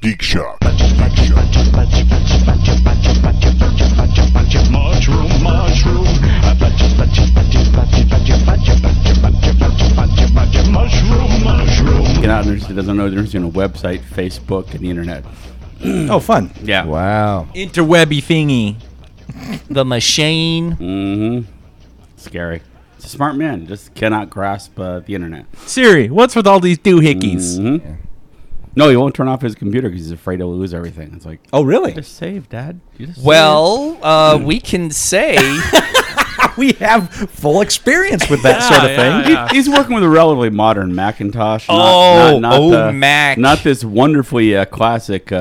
Geek Shop. Mushroom, mushroom. Mushroom, mushroom. Get out there that doesn't know the difference between a website, Facebook, and the internet. Oh, fun. Yeah. Wow. Interwebby thingy. The machine. Mm-hmm. Scary. It's a smart man. Just cannot grasp uh, the internet. Siri, what's with all these doohickeys? Mhm. No, he won't turn off his computer because he's afraid he'll lose everything. It's like, Oh, really? just save, Dad. You just Well, uh, we can say We have full experience with that Yeah, sort of yeah, thing. saved." He- he's working with a relatively modern Macintosh. not- Oh, not, not oh, the- Mac. Not this wonderfully uh, classic.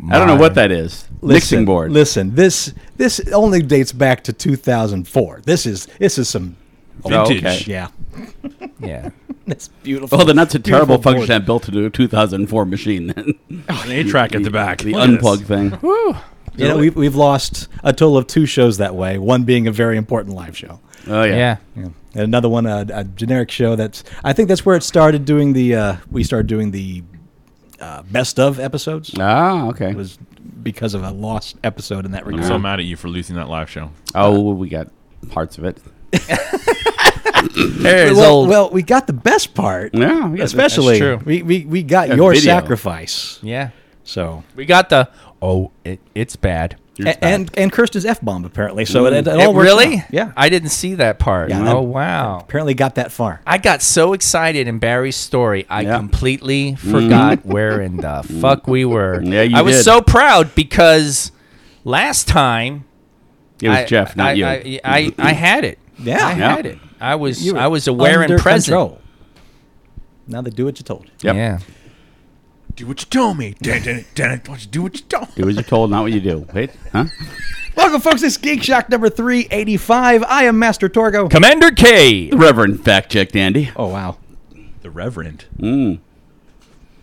Uh, I don't know what that is. Mixing Listen, board. Listen, this this only dates back to 2004. This is this is some Oh, okay. yeah. Yeah. It's beautiful. Well, then that's a terrible Beautiful function board. that built to do a 2004 machine. Then An A track at the back. the Look at this. unplug thing. You know, we've, we've lost a total of two shows that way. One being a very important live show, Oh yeah. Yeah. and another one a, a generic show. That's I think that's where it started doing the uh, we started doing the uh, best of episodes. Ah, okay. It was because of a lost episode in that I'm regard. so mad at you for losing that live show. oh, well, we got parts of it. there's well, old. well, we got the best part. Yeah, yeah, especially that's true. We, we we got Yeah, your video. sacrifice. yeah, So we got the. Oh, it, it's bad. A- and and Kirsten's f bomb apparently. So it, it, It all worked really? out. Oh, Yeah, I I didn't see that part. Yeah, oh that- wow. apparently got that far. I got so excited in Barry's story, I Yeah. completely forgot where in the fuck we were. Yeah, you I was did. so proud because last time It was I- Jeff, not I, you. Mm-hmm. I, I, I had it. Yeah. I Yeah. had it. I was You were I was aware under and present. Control. Now they do what you told. Yep. Yeah. Do what you told me. Dan, dan, dan, why don't you do what you told me. Do as you're told, not what you do. Wait, huh? Welcome, folks. This is Geek Shock number three eighty five. I am Master Torgo. Commander K. The Reverend fact checked Andy. Oh wow. The Reverend.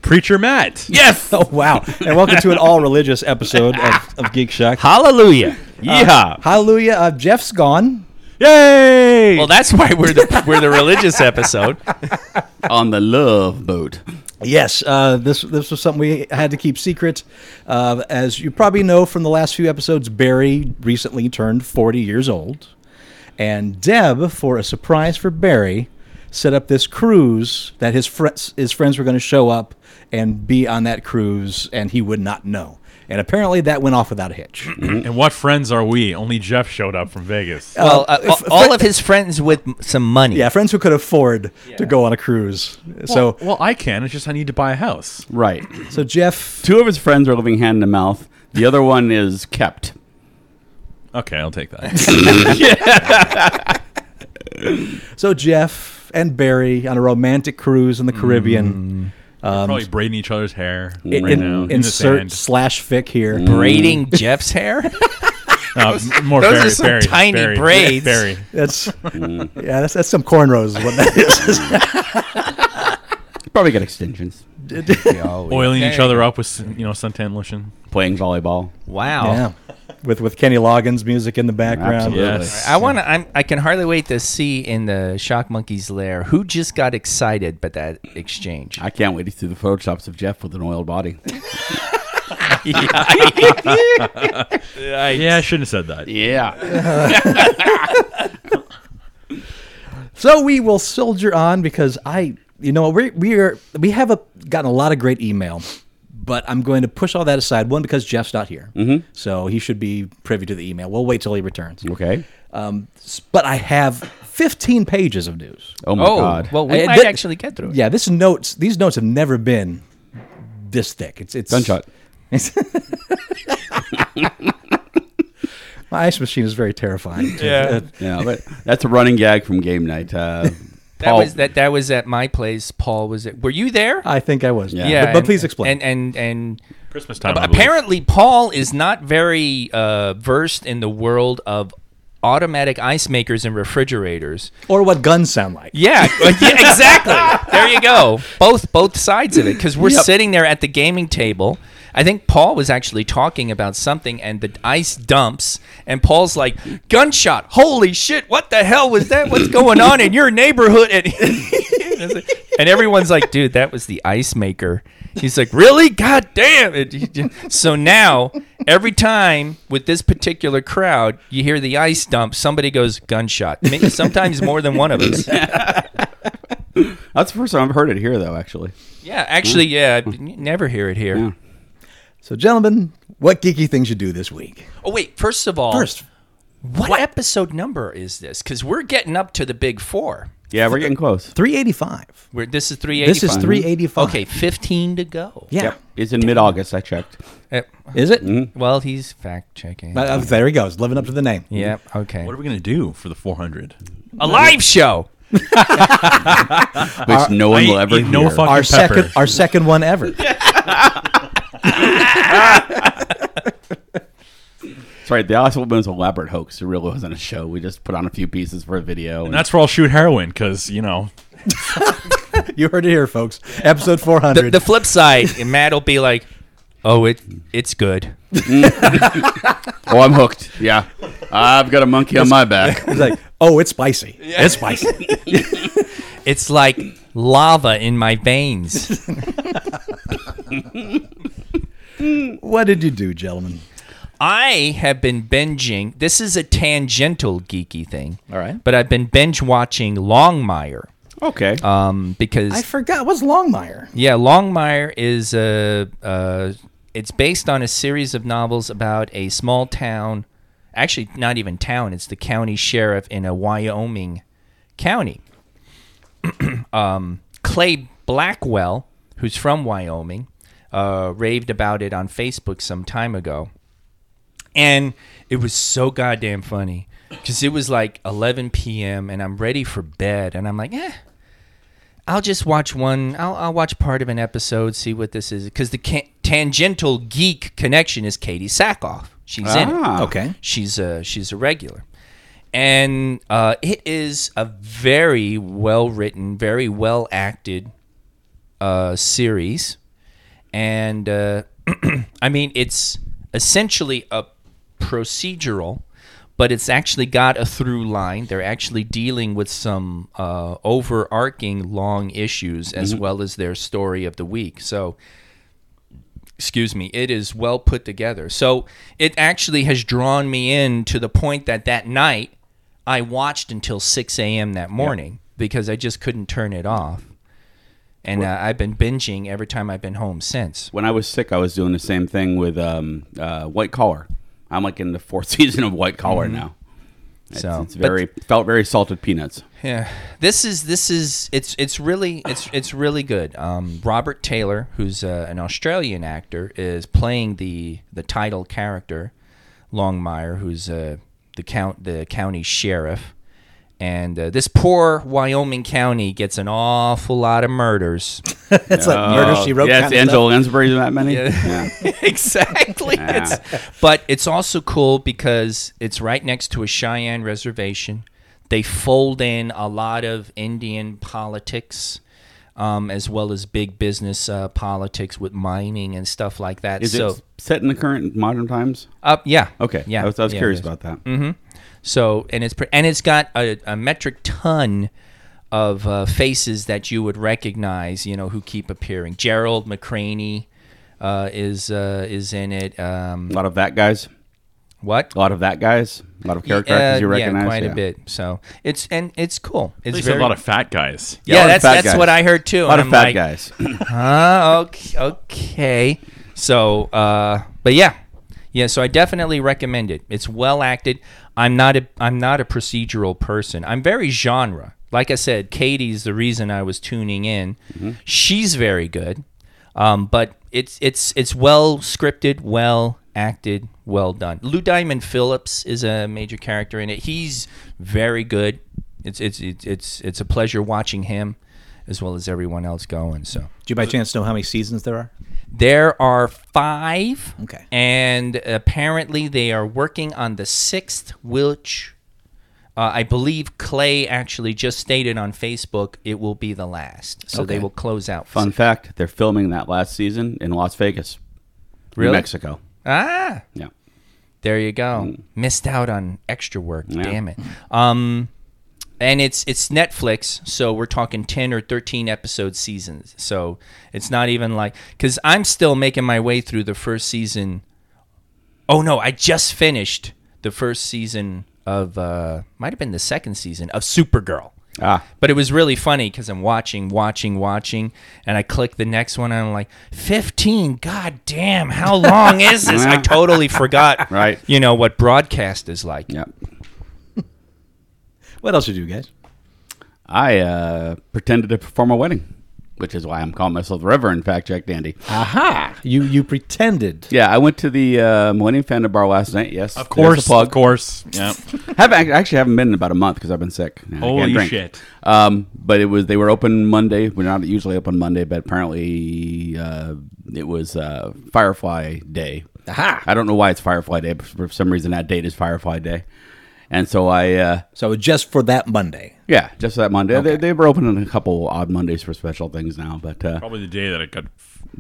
Preacher Matt. Yes. Oh wow. And welcome to an all religious episode of, of Geek Shock. Hallelujah. Yeehaw! Hallelujah. Uh, Jeff's gone. Yay! Well, that's why we're the we're the religious episode. Uh, On the love boat. Yes, uh, this this was something we had to keep secret. Uh, as you probably know from the last few episodes, Barry recently turned 40 years old, and Deb, for a surprise for Barry, set up this cruise that his friends his friends were going to show up and be on that cruise, and he would not know. And apparently, that went off without a hitch. and what friends are we? Only Jeff showed up from Vegas. Well, uh, all of his friends with m- some money. yeah, friends who could afford to go on a cruise. so, well, I can. It's just I need to buy a house. Right. so Jeff, Two of his friends are living hand to mouth. The other one is kept. Okay, I'll take that. so Jeff and Barry on a romantic cruise in the Caribbean. Probably braiding each other's hair in, right now. In the insert sand. Mm. slash fic here. Braiding Jeff's hair. No, Uh, m- more those are berry, some berry, tiny berry, braids. berry. That's yeah, that's, that's some cornrows. Is what that is. Probably got extensions. oh, Oiling each other up with sun- you know suntan lotion. Playing volleyball. Wow. yeah, with with Kenny Loggins music in the background. Absolutely. Yes. I want to. I'm. I can hardly wait to see in the shock monkey's lair who just got excited by that exchange. I can't wait to see the photoshops of Jeff with an oiled body. oh, Yeah, I shouldn't have said that. Yeah. So we will soldier on because I, you know, we we are we have a, gotten a lot of great email, but I'm going to push all that aside. One because Jeff's not here, so he should be privy to the email. We'll wait till he returns. Okay. Um, s- but I have 15 pages of news. Oh my oh, God. well, we I- might that- actually get through it. Yeah, this notes these notes have never been this thick. It's it's Gunshot. My ice machine is very terrifying. Yeah. Yeah, but that's a running gag from game night. Uh, That Paul- Uh, was that. That was at my place. Paul was at. Were you there? I think I was. Yeah. But, but and- please explain. And and and Christmas time. I believe. apparently Paul is not very uh, versed in the world of automatic ice makers and refrigerators. or what guns sound like. Yeah, uh, yeah, exactly. There you go. Both both sides of it because we're Yep. sitting there at the gaming table. I think Paul was actually talking about something, and the ice dumps, and Paul's like, "Gunshot! Holy shit! What the hell was that? What's going on in your neighborhood?" And, and everyone's like, "Dude, that was the ice maker." He's like, really? God damn it. So now, every time with this particular crowd, you hear the ice dump, somebody goes, gunshot. Maybe sometimes more than one of us. That's the first time I've heard it here, though. Actually, Yeah, actually, yeah, I never hear it here. Yeah. So, gentlemen, what geeky things you do this week? Oh, wait, first of all, First, what, episode number is this? Because we're getting up to the big four. yeah, we're getting close. 385. We're, this is 385. This is 385. Okay, 15 to go. Yeah. Yep, it's in mid-August. I checked. Uh, Is it? Mm-hmm. well, he's fact checking. Uh, uh, there he goes, living up to the name. yeah, okay. What are we gonna do for the 400? A live show. Which no one will Uh, I ever eat no hear. fucking Our pepper. second, our second one ever. That's right. The Oswald was an elaborate hoax. It really wasn't a show. We just put on a few pieces for a video. That's where I'll shoot heroin because you know You heard it here, folks. Episode 400. The, the flip side, and Matt will be like, "Oh, it it's good." oh, I'm hooked. Yeah, I've got a monkey on my back. He's like, oh, it's spicy. It's spicy. It's like lava in my veins. what did you do, gentlemen? I have been binging. This is a tangential geeky thing. All right. But I've been binge watching Longmire Okay. um, because I forgot. What's Longmire? Yeah, Longmire is a. Uh, it's based on a series of novels about a small town, actually not even town. It's the county sheriff in a Wyoming county. um, Clay Blackwell, who's from Wyoming, uh, raved about it on Facebook some time ago, and it was so goddamn funny because it was like 11 p.m. and I'm ready for bed, and I'm like, eh. I'll just watch one. I'll, I'll watch part of an episode, see what this is, because the ca- tangential geek connection is Katie Sackhoff. She's in it. Ah. Okay. She's a she's a regular, and uh, it is a very well written, very well acted uh, series, and uh, I mean it's essentially a procedural, but it's actually got a through line. They're actually dealing with some uh, overarching long issues as well as their story of the week. So excuse me, it is well put together. So it actually has drawn me in to the point that that night I watched until 6 a.m. that morning because I just couldn't turn it off. And uh, I've been binging every time I've been home since. when I was sick, I was doing the same thing with um, uh, White Collar. I'm like in the fourth season of White Collar Mm-hmm. now. It's, So, it's but- very felt very salted peanuts. Yeah, this is this is it's it's really it's it's really good. Um, Robert Taylor, who's uh, an Australian actor, is playing the the title character, Longmire, who's uh, the count the county sheriff, and uh, this poor Wyoming county gets an awful lot of murders. It's like murder she wrote. Yes, kind of stuff. Uh, Angela Lansbury's in that many. Yeah. exactly. It's, but it's also cool because it's right next to a Cheyenne reservation. They fold in a lot of Indian politics, um, as well as big business uh, politics with mining and stuff like that. Is so, it set in the current modern times? uh, yeah, Okay. yeah. I was, I was yeah, it curious is. Mm-hmm. about that. So, and it's pre- and it's got a, a metric ton of uh, faces that you would recognize, you know, who keep appearing. Gerald McCraney uh, is uh, is in it. Um, A lot of that guys. what? A lot of that guys. A lot of character Uh, actors you recognize. Yeah, quite a bit. So it's and it's cool. It's at least very, a lot of fat guys. a yeah. lot of that's fat that's guys. what I heard too. A lot and of I'm fat like, guys. Huh, okay, Uh, okay. So, uh, but yeah, yeah. So I definitely recommend it. It's well acted. I'm not a I'm not a procedural person. I'm very genre. Like I said, Katie's the reason I was tuning in. She's very good. Um, but it's it's it's well scripted, well acted, well done. Lou Diamond Phillips is a major character in it. He's very good. It's it's it's it's, it's a pleasure watching him, as well as everyone else going. So Do you by chance know how many seasons there are? there are five. Okay. And apparently they are working on the sixth, which uh, I believe Clay actually just stated on Facebook it will be the last. So they Okay. will close out. Fun fact: They're filming that last season in Las Vegas, Really? New Mexico. Ah, Yeah. there you go. Missed out on extra work. Mm. Yeah. Damn it. Um, and it's it's Netflix, so we're talking ten or thirteen episode seasons. So it's not even like because I'm still making my way through the first season. Oh no, I just finished the first season of uh, might have been the second season of Supergirl. Ah. But it was really funny because I'm watching, watching, watching, and I click the next one. And I'm like, 15. God damn, how long is this? I totally forgot. Right. You know what broadcast is like. Yep. What else did you do, guys? I uh, pretended to perform a wedding, which is why I'm calling myself the Reverend Fact Check Dandy. Ah. Aha! You you pretended. Yeah, I went to the uh, Millennium Fandom Bar last night. Yes, Of course, Plug. of course. Yeah. Have I actually haven't been in about a month because I've been sick. I can't Holy drink. shit. Um, but it was they were open Monday. We're not usually open Monday, but apparently uh, it was uh, Firefly Day. Aha. I don't know why it's Firefly Day, but for some reason that date is Firefly Day, and so I uh, So just for that Monday. yeah just that Monday they, they were open on a couple odd Mondays for special things now, but uh, Probably the day that it got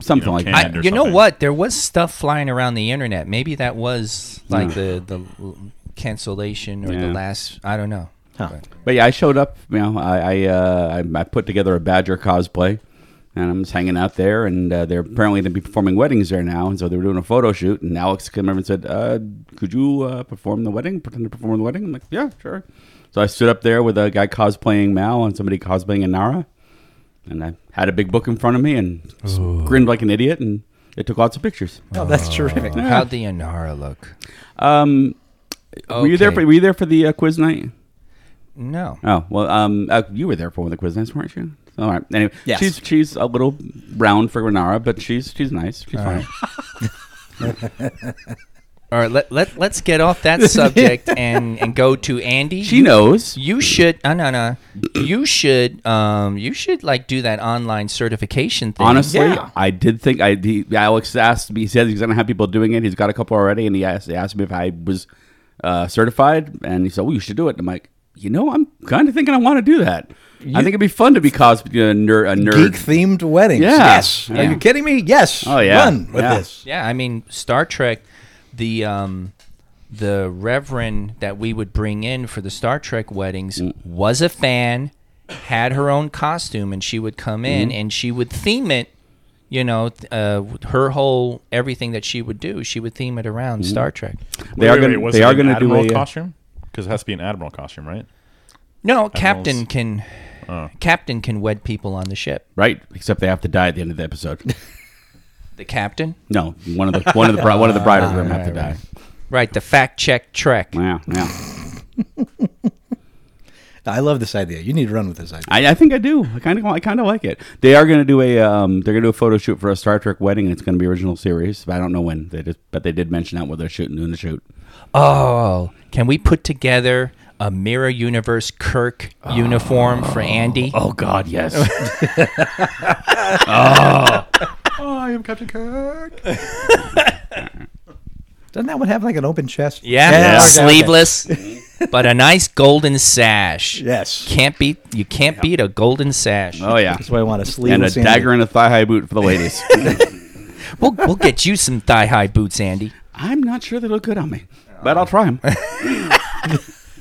something like I, that. canned or you know something. what? There was stuff flying around the internet. Maybe that was like the the l- cancellation or the Yeah. last. I don't know. Huh. But yeah, I showed up. You know, I I, uh, I I put together a Badger cosplay, and I'm just hanging out there. And uh, they're apparently going to be performing weddings there now, and so they were doing a photo shoot. And Alex came over and said, uh, "Could you uh, perform the wedding? Pretend to perform the wedding?" I'm like, "Yeah, sure." So I stood up there with a guy cosplaying Mal and somebody cosplaying Inara, and I had a big book in front of me and s- grinned like an idiot, and it took lots of pictures. Oh, that's terrific. How'd the Inara look? Um, Were you there? Okay. For, were you there for the uh, quiz night? No. Oh well, um, uh, you were there for one of the quiz nights, weren't you? All right. Anyway, Yes. she's she's a little round for Renara, but she's she's nice. She's fine. All right. Let let let's get off that subject and and go to Andy. She knows. You should. Uh, no no. You should. Um. You should like do that online certification thing. Honestly, Yeah. I did think I he, Alex asked me. He said he's gonna have people doing it. He's got a couple already, and he asked he asked me if I was uh, certified, and he said, "Well, you should do it." And I'm like, you know, I'm kind of thinking I want to do that. I think it'd be fun to be cos you know, a nerd. A nerd. Geek themed weddings. Yeah. Yes. Are Yeah. you kidding me? Yes. Oh, yeah. Run with Yeah. this. Yeah, I mean Star Trek, the um, the reverend that we would bring in for the Star Trek weddings was a fan, had her own costume, and she would come in and she would theme it. You know, th- uh, her whole everything that she would do, she would theme it around Star Trek. They Wait, are wait, gonna wait, was they it are an gonna do admiral a uh, costume because it has to be an admiral costume, right? No, Captain can Oh. Captain can wed people on the ship. right, except they have to die at the end of the episode. The Captain, no, one of the one of the bri- one of the bride or groom have to die. right? The fact check Trek. Yeah, yeah. I love this idea. You need to run with this idea. I, I think I do. I kind of I kind of like it. They are going to do a um, they're going to do a photo shoot for a Star Trek wedding, and it's going to be original series. But I don't know when they just but they did mention out what they're shooting doing the shoot. Oh, can we put together a Mirror Universe Kirk uniform for Andy? Oh God, yes. Oh, I am Captain Kirk. Doesn't that one have like an open chest? Yeah, okay, okay. sleeveless, but a nice golden sash. Yes. Can't beat you can't beat a golden sash. oh yeah, That's why I want a sleeveless. and a Andy. dagger and a thigh high boot for the ladies. We'll we'll get you some thigh high boots, Andy. I'm not sure they look good on me, but I'll try them.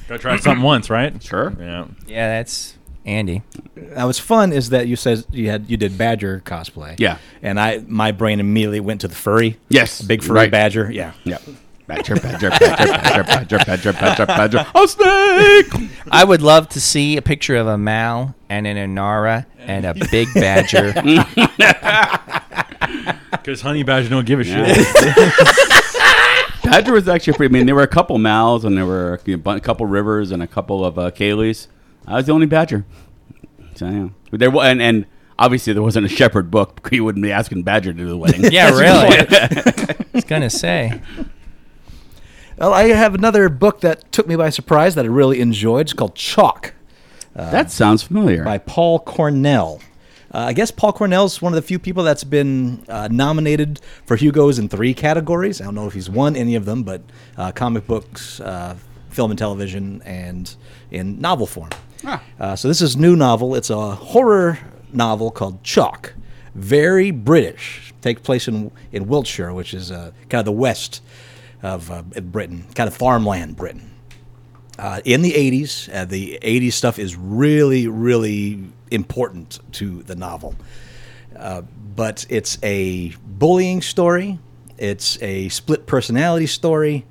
Gotta try something once, right? Sure. Yeah. Yeah, that's Andy. Now, what's fun is that you says you had you did badger cosplay. Yeah. and I my brain immediately went to the furry. Yes, big furry right. badger. Yeah, Yep. Badger, badger, badger, badger, badger, badger, badger, badger. A snake. I would love to see a picture of a Mal and an Inara and a big badger. Because honey badger don't give a shit. Badger was actually pretty. I mean, there were a couple mouths, and there were a bu- couple rivers, and a couple of uh, Kayleys. I was the only Badger. So yeah, But there wa- and and obviously there wasn't a shepherd book. because You wouldn't be asking Badger to do the wedding. yeah, really. I was gonna say. Well, I have another book that took me by surprise that I really enjoyed. It's called Chalk that sounds familiar. by Paul Cornell. Uh, I guess Paul Cornell's one of the few people that's been uh, nominated for Hugo's in three categories. I don't know if he's won any of them, but uh, comic books, uh, film and television, and in novel form. Uh, so this is new novel. It's a horror novel called Chalk. Very British. Takes place in in Wiltshire, which is uh, kind of the west of uh, Britain, kind of farmland Britain. uh, in the 80s. Uh, the 80s stuff is really, really important to the novel. Uh, but it's a bullying story, it's a split personality story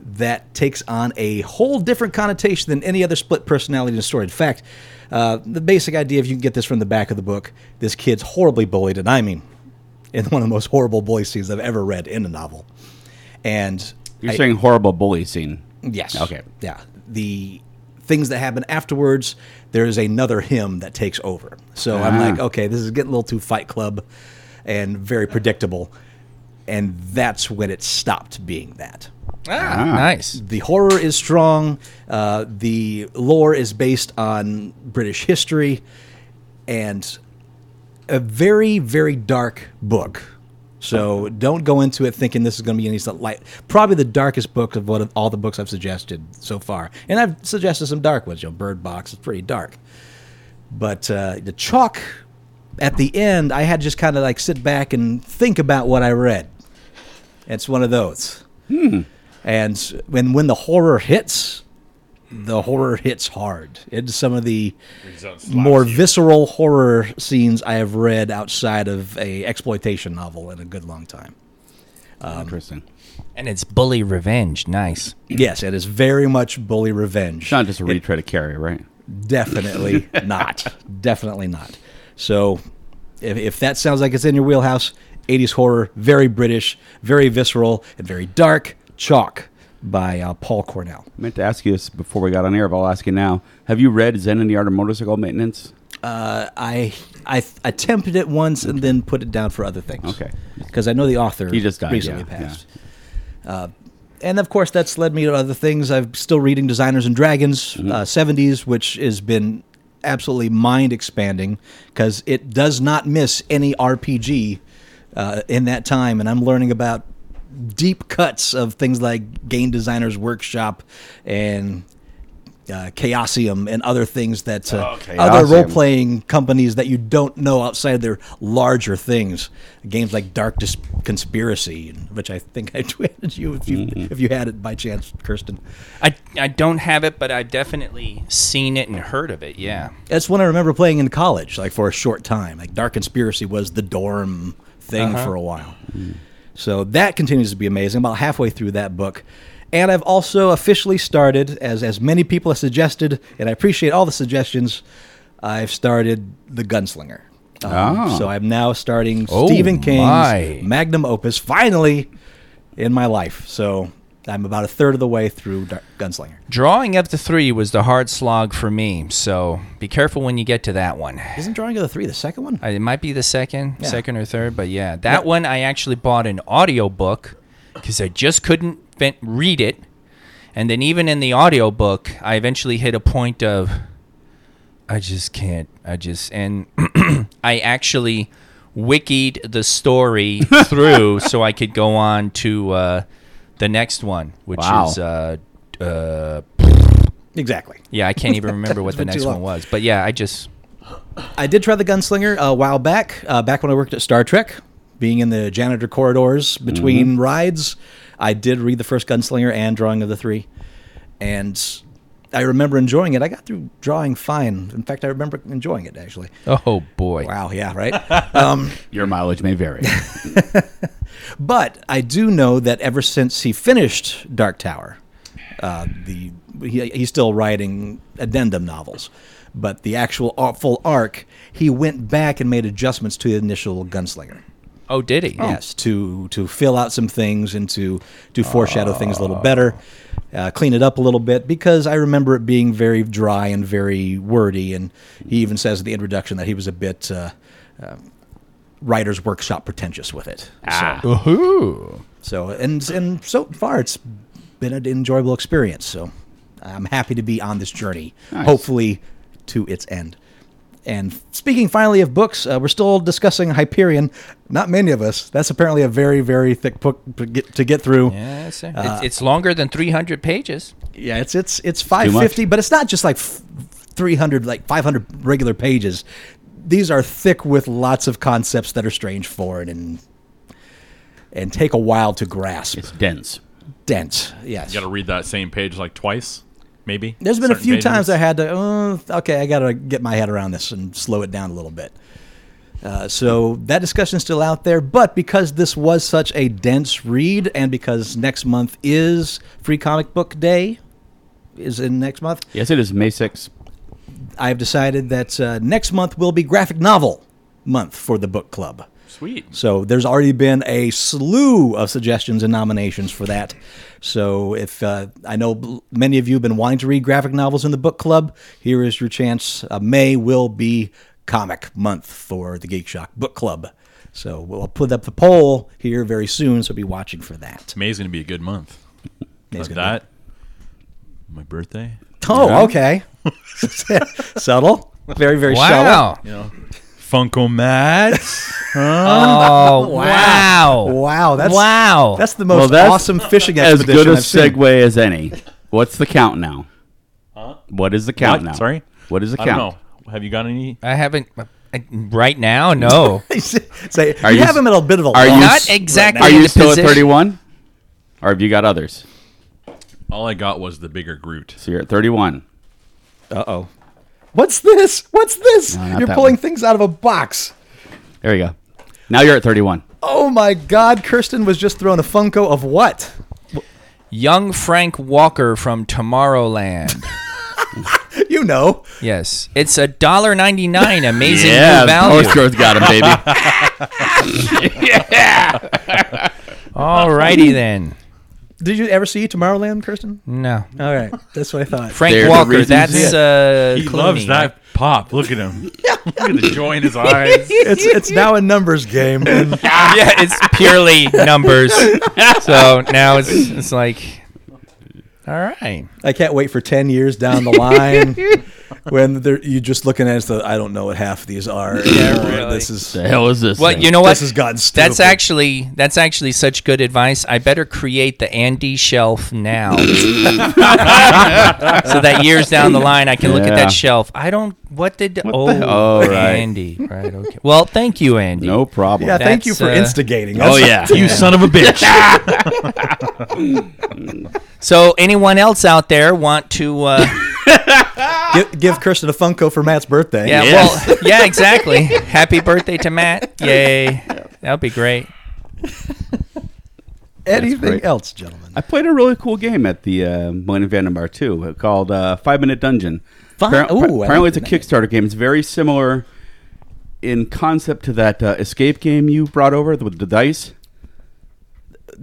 that takes on a whole different connotation than any other split personality in the story. In fact, uh, the basic idea, if you can get this from the back of the book, this kid's horribly bullied, and I mean, in one of the most horrible bully scenes I've ever read in a novel. And You're I- saying horrible bully scene. Yes. Okay. Yeah. The things that happen afterwards, there is another him that takes over. So I'm Ah. like, okay, this is getting a little too Fight Club and very predictable. And that's when it stopped being that. Ah, nice. The horror is strong. Uh, the lore is based on British history and a very, very dark book. So don't go into it thinking this is going to be any sort of light. Probably the darkest book of what of all the books I've suggested so far, and I've suggested some dark ones. You know, Bird Box is pretty dark, but uh, the chalk at the end, I had to just kind of like sit back and think about what I read. It's one of those. And when when the horror hits, the horror hits hard. It's some of the more visceral horror scenes I have read outside of a exploitation novel in a good long time. Um, Interesting. And it's bully revenge. Nice. Yes, it is very much bully revenge. It's not just a retread of carry, right? Definitely not. Definitely not. So, if, if that sounds like it's in your wheelhouse, 80s horror, very British, very visceral, and very dark. Chalk by uh, Paul Cornell. I meant to ask you this before we got on air, but I'll ask you now. Have you read Zen and the Art of Motorcycle Maintenance? Uh, I I th- attempted it once and then put it down for other things. Okay. Because I know the author He just died, recently yeah, passed. Uh, and of course, that's led me to other things. I'm still reading Designers and Dragons Mm-hmm. uh, 70s, which has been absolutely mind expanding because it does not miss any RPG uh, in that time. And I'm learning about deep cuts of things like Game Designers Workshop and uh, Chaosium and other things that uh, other Chaosium. role playing companies that you don't know outside of their larger things. Games like Dark Dis- Conspiracy, which I think I tweeted you if you if you had it by chance, Kirsten. I, I don't have it, but I've definitely seen it and heard of it. Yeah. That's one I remember playing in college, like for a short time. Like Dark Conspiracy was the dorm thing for a while. So that continues to be amazing. About halfway through that book. And I've also officially started, as as many people have suggested, and I appreciate all the suggestions, I've started The Gunslinger. Um, Ah. So I'm now starting Stephen King's my. magnum opus, finally, in my life. So I'm about a third of the way through Dark Gunslinger. Drawing up to three was the hard slog for me, so be careful when you get to that one. Isn't Drawing of the Three the second one? I- Uh, It might be the second, second or third, but yeah, that one I actually bought an audiobook because I just couldn't fin- read it. And then even in the audiobook, I eventually hit a point of I just can't. I just and I actually wikied the story through so I could go on to uh, the next one, which Wow. is uh, uh, Exactly. yeah, I can't even remember what the Been too next one long. was. But yeah, I just I did try the gunslinger a while back, uh, back when I worked at Star Trek, being in the janitor corridors between rides. I did read the first gunslinger and drawing of the three, and I remember enjoying it. I got through drawing fine. In fact, I remember enjoying it actually. oh boy, Wow, yeah, right. um, Your mileage may vary. but I do know that ever since he finished Dark Tower, uh, the he, he's still writing addendum novels, but the actual ar- full arc, he went back and made adjustments to the initial gunslinger. oh did he? Yes, to to fill out some things and to to foreshadow things a little better, uh, clean it up a little bit because I remember it being very dry and very wordy. And he even says in the introduction that he was a bit uh, uh, writer's workshop pretentious with it. ah. So and and so far it's been an enjoyable experience. So I'm happy to be on this journey, Nice. hopefully to its end. And speaking finally of books, uh, we're still discussing Hyperion. Not many of us. That's apparently a very very thick book to get, to get through. Yeah, Yes, sir. it's, it's longer than 300 pages. it's it's it's 550, but it's not just like f- 300 like 500 regular pages. These are thick with lots of concepts that are strange, foreign, and and take a while to grasp. It's dense. dense. Yes. You got to read that same page like twice, maybe. There's been a Certain few pages. times I had to, oh, okay, I got to get my head around this and slow it down a little bit. Uh, so that discussion's still out there, but because this was such a dense read, and because next month is Free Comic Book Day, is in next month, Yes, it is May 6th. I have decided that uh, next month will be graphic novel month for the book club. Sweet. So there's already been a slew of suggestions and nominations for that. So if uh, I know b- many of you have been wanting to read graphic novels in the book club, here is your chance. Uh, May will be comic month for the Geek Shock Book Club. So we'll put up the poll here very soon. So be watching for that. May's going to be a good month. May's But gonna that, my birthday. Oh, okay. Subtle. Very, very subtle. Wow. You know, Funko Matt. Oh, wow. Wow, that's wow. that's the most Well, that's awesome fishing As expedition good a I've seen. segue as any. What's the count now? What is the count What? now? Sorry? What is the I count? don't know. Have you got any? I haven't uh, I, right now. No, Say, Are you, you have s- him at a bit of a are you s- loss. not exactly. Are in you the still position- at 31? Or have you got others? All I got was the bigger Groot. So you're at 31. Uh oh. What's this? What's this? No, not You're that pulling one. things out of a box. There you go. Now you're at 31. Oh my God! Kirsten was just throwing a Funko of what? Young Frank Walker from Tomorrowland. You know, yes, it's a dollar ninety nine. Amazing new value. Postcode's got him, baby. Alrighty then. did you ever see Tomorrowland, Kirsten? No, All right, that's what I thought. Frank There's a Walker. reason he's that's uh, He Clooney, loves that right? pop. Look at him. Look at the joy in his eyes. It's it's now a numbers game. And yeah, it's purely numbers. so now it's it's like, all right. I can't wait for ten years down the line when they're, you're just looking at it. It's the, I don't know what half of these are. Yeah, really. This is the hell is this? Well, thing? you know what? This has gotten That's stupid. actually that's actually such good advice. I better create the Andy shelf now, so that years down the line I can look at Yeah. that shelf. I don't. What did? oh, oh, right. Andy. Right. Okay. Well, thank you, Andy. No problem. yeah. Thank you That's, for uh, instigating. Oh, That's- yeah. You son of a bitch. So, anyone else out there want to? Uh, Give, give Kirsten a Funko for Matt's birthday. yeah. Yes. Well. Yeah. Exactly. Happy birthday to Matt. Yay. That'll be great. Anything great. else, gentlemen? I played a really cool game at the uh, Millennium Vandenbar too, called uh, Five Minute Dungeon. Fi- Appar- Ooh, I like apparently, it's the a Kickstarter game. It's very similar in concept to that uh, escape game you brought over with the dice.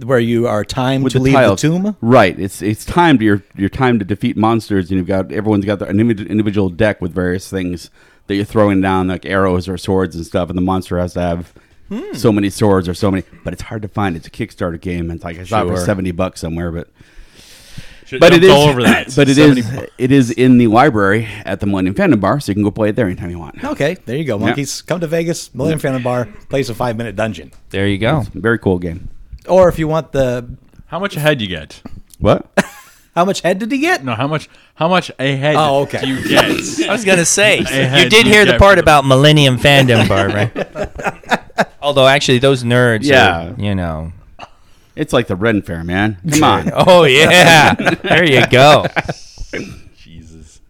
Where you are timed With to the leave tiles. the tomb? right? It's it's timed. Your your time to defeat monsters, and you've got everyone's got their, an individ- individual deck with various things that you're throwing down, like arrows or swords and stuff. And the monster has to have so many swords or so many. But it's hard to find. It's a Kickstarter game. It's like I saw it for Sure. seventy bucks somewhere, but Should've but it jumped is all over that. But it is 70 it is in the library at the Millennium Fandom Bar, so you can go play it there anytime you want. Okay, there you go, monkeys. Come to Vegas, Millennium Phantom Bar, plays a five minute dungeon. There you go. Very cool game. Or if you want the. How much ahead you get? What? How much head did he get? No, how much? How much ahead? Oh, okay. Do you get? I was gonna say you had did you hear the get part the- about Millennium fandom bar, right? Although actually those nerds, yeah, Yeah. you know. it's like the Ren Fair, man. Come on. Oh yeah, there you go. Jesus.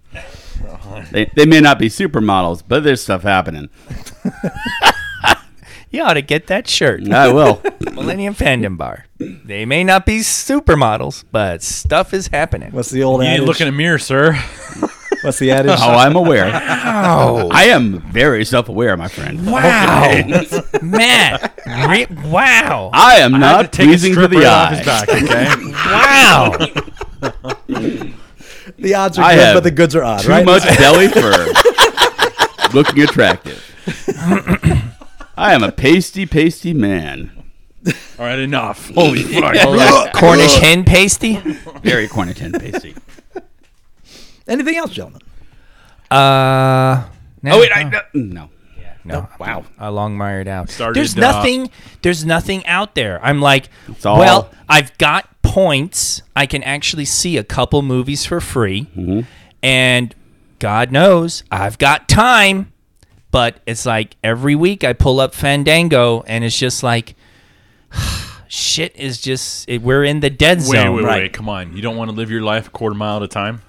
they, they may not be supermodels, but there's stuff happening. You ought to get that shirt, I will. Millennium fandom bar. They may not be supermodels, but stuff is happening. What's the old You adage? didn't look in a mirror, sir. What's the adage? Oh, I'm aware. I am very self-aware, my friend. Oh. Wow, Matt! Re- wow, I am Had not pleasing to strip the right off his eye. back. Okay. wow. the odds are I good, have but the goods are odd, Too right? much belly fur. Looking attractive. I am a pasty, pasty man. all right, enough. Holy fuck. Oh, that Cornish hen pasty. Very Cornington pasty. Anything else, gentlemen? Uh, no, Oh wait, I no. no. No. Wow. I long mired out. Started, there's uh, nothing there's nothing out there. I'm like, all- well, I've got points. I can actually see a couple movies for free. Mm-hmm. And God knows I've got time. But it's like every week I pull up Fandango and it's just like shit is just it, we're in the dead Wait, zone. wait, wait, Right. Come on. You don't want to live your life a quarter mile at a time.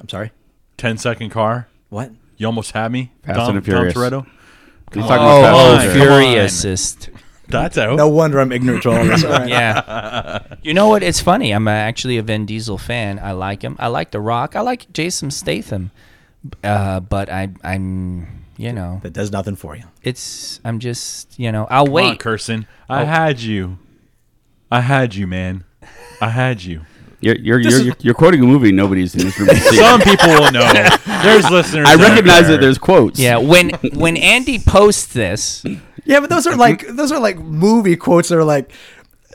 I'm sorry. 10 second car. What? You almost had me. Fast Dom, and Furious. Dom Toretto. He's talking Oh, about come oh on. Fast and Furious. furiousist. That's out. No wonder I'm ignorant to all this. All right. yeah. You know what? It's funny. I'm uh, actually a Vin Diesel fan. I like him. I like The Rock. I like Jason Statham. Uh, but I, I'm, you know, That does nothing for you. it's. I'm just, you know, I'll Come on, wait. Kirsten. I had you. I had you, man. I had you. You're, you're, you're, you're, you're quoting a movie nobody's in this room to see. Some people will know. There's listeners. I out recognize there. that there's quotes. yeah. When when Andy posts this, Yeah, but those are like those are like movie quotes that are like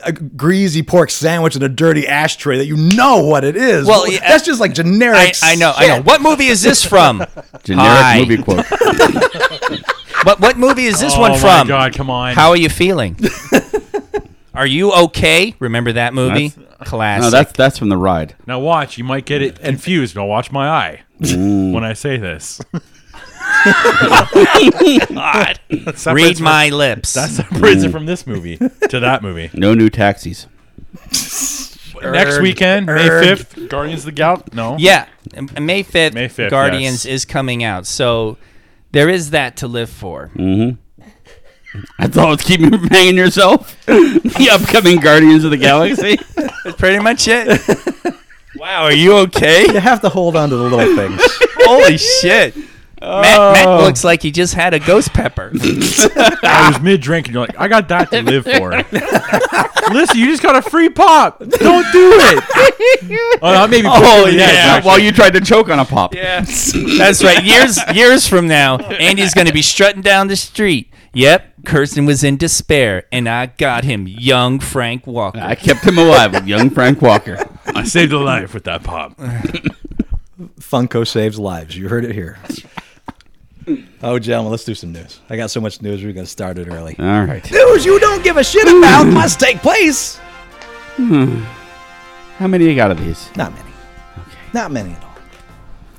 a greasy pork sandwich in a dirty ashtray that you know what it is. Well, Well, yeah, that's just like generic. I, I know, I know. shit. What movie is this from? Generic Hi. movie quote. What what movie is this Oh one my from? God, come on. How are you feeling? are you okay? Remember that movie? Classic. No, that's that's from the ride. Now watch, you might get it confused. Now watch my eye when I say this. God. That separates Read from- my lips. That separates it from this movie to that movie. No new taxis. Er, Next weekend, May Erg. 5th, Guardians of the Galaxy. No. Yeah, M- May fifth. May 5th, Guardians yes. is coming out, so there is that to live for. That's all it's keeping you from hanging yourself. the upcoming Guardians of the Oh, Galaxy. That's pretty much it. wow, are you okay? You have to hold on to the little things. Holy shit! Matt, Oh. Matt looks like he just had a ghost pepper. I was mid drink and you're like, I got that to live for. Listen, you just got a free pop. Don't do it. oh, that may be oh partially yeah. it, actually. While you tried to choke on a pop. yeah, that's right. Years years from now, Andy's going to be strutting down the street. Yep, Kirsten was in despair, and I got him, young Frank Walker. I kept him alive with young Frank Walker. I saved a life with that pop. Funko saves lives. You heard it here. Oh, gentlemen, let's do some news. I got so much news. We're gonna start it early. All right. News you don't give a shit about must take place. How many you got of these? Not many. Not many at all.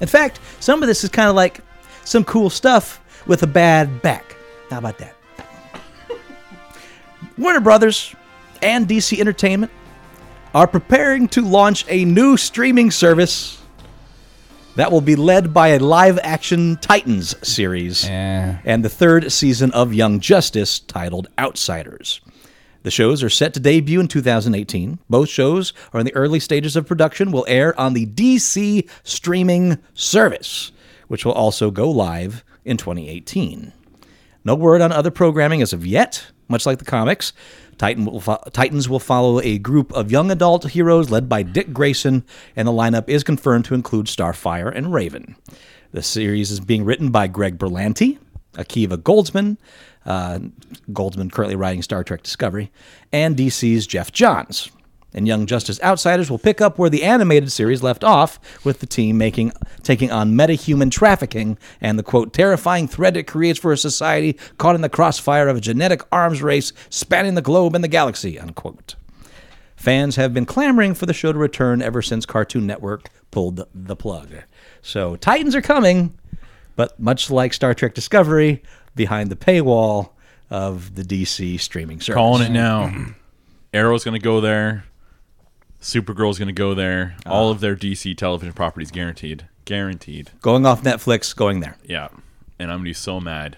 In fact, some of this is kind of like some cool stuff with a bad back. How about that? Warner Brothers and DC Entertainment are preparing to launch a new streaming service that will be led by a live action Titans series Yeah. and the third season of Young Justice titled Outsiders. The shows are set to debut in 2018. Both shows are in the early stages of production, will air on the DC streaming service, which will also go live in 2018. No word on other programming as of yet, much like the comics. Titan will fo- Titans will follow a group of young adult heroes led by Dick Grayson, and the lineup is confirmed to include Starfire and Raven. The series is being written by Greg Berlanti, Akiva Goldsman, uh, Goldsman currently writing Star Trek Discovery, and DC's Jeff Johns. And Young Justice Outsiders will pick up where the animated series left off, with the team making taking on metahuman trafficking and the quote terrifying threat it creates for a society caught in the crossfire of a genetic arms race spanning the globe and the galaxy. Unquote. Fans have been clamoring for the show to return ever since Cartoon Network pulled the plug. So Titans are coming, but much like Star Trek Discovery, behind the paywall of the DC streaming service. Calling it now. Arrow's going to go there. Supergirl's going to go there. All of their DC television properties guaranteed. Guaranteed. Going off Netflix, going there. Yeah. And I'm going to be so mad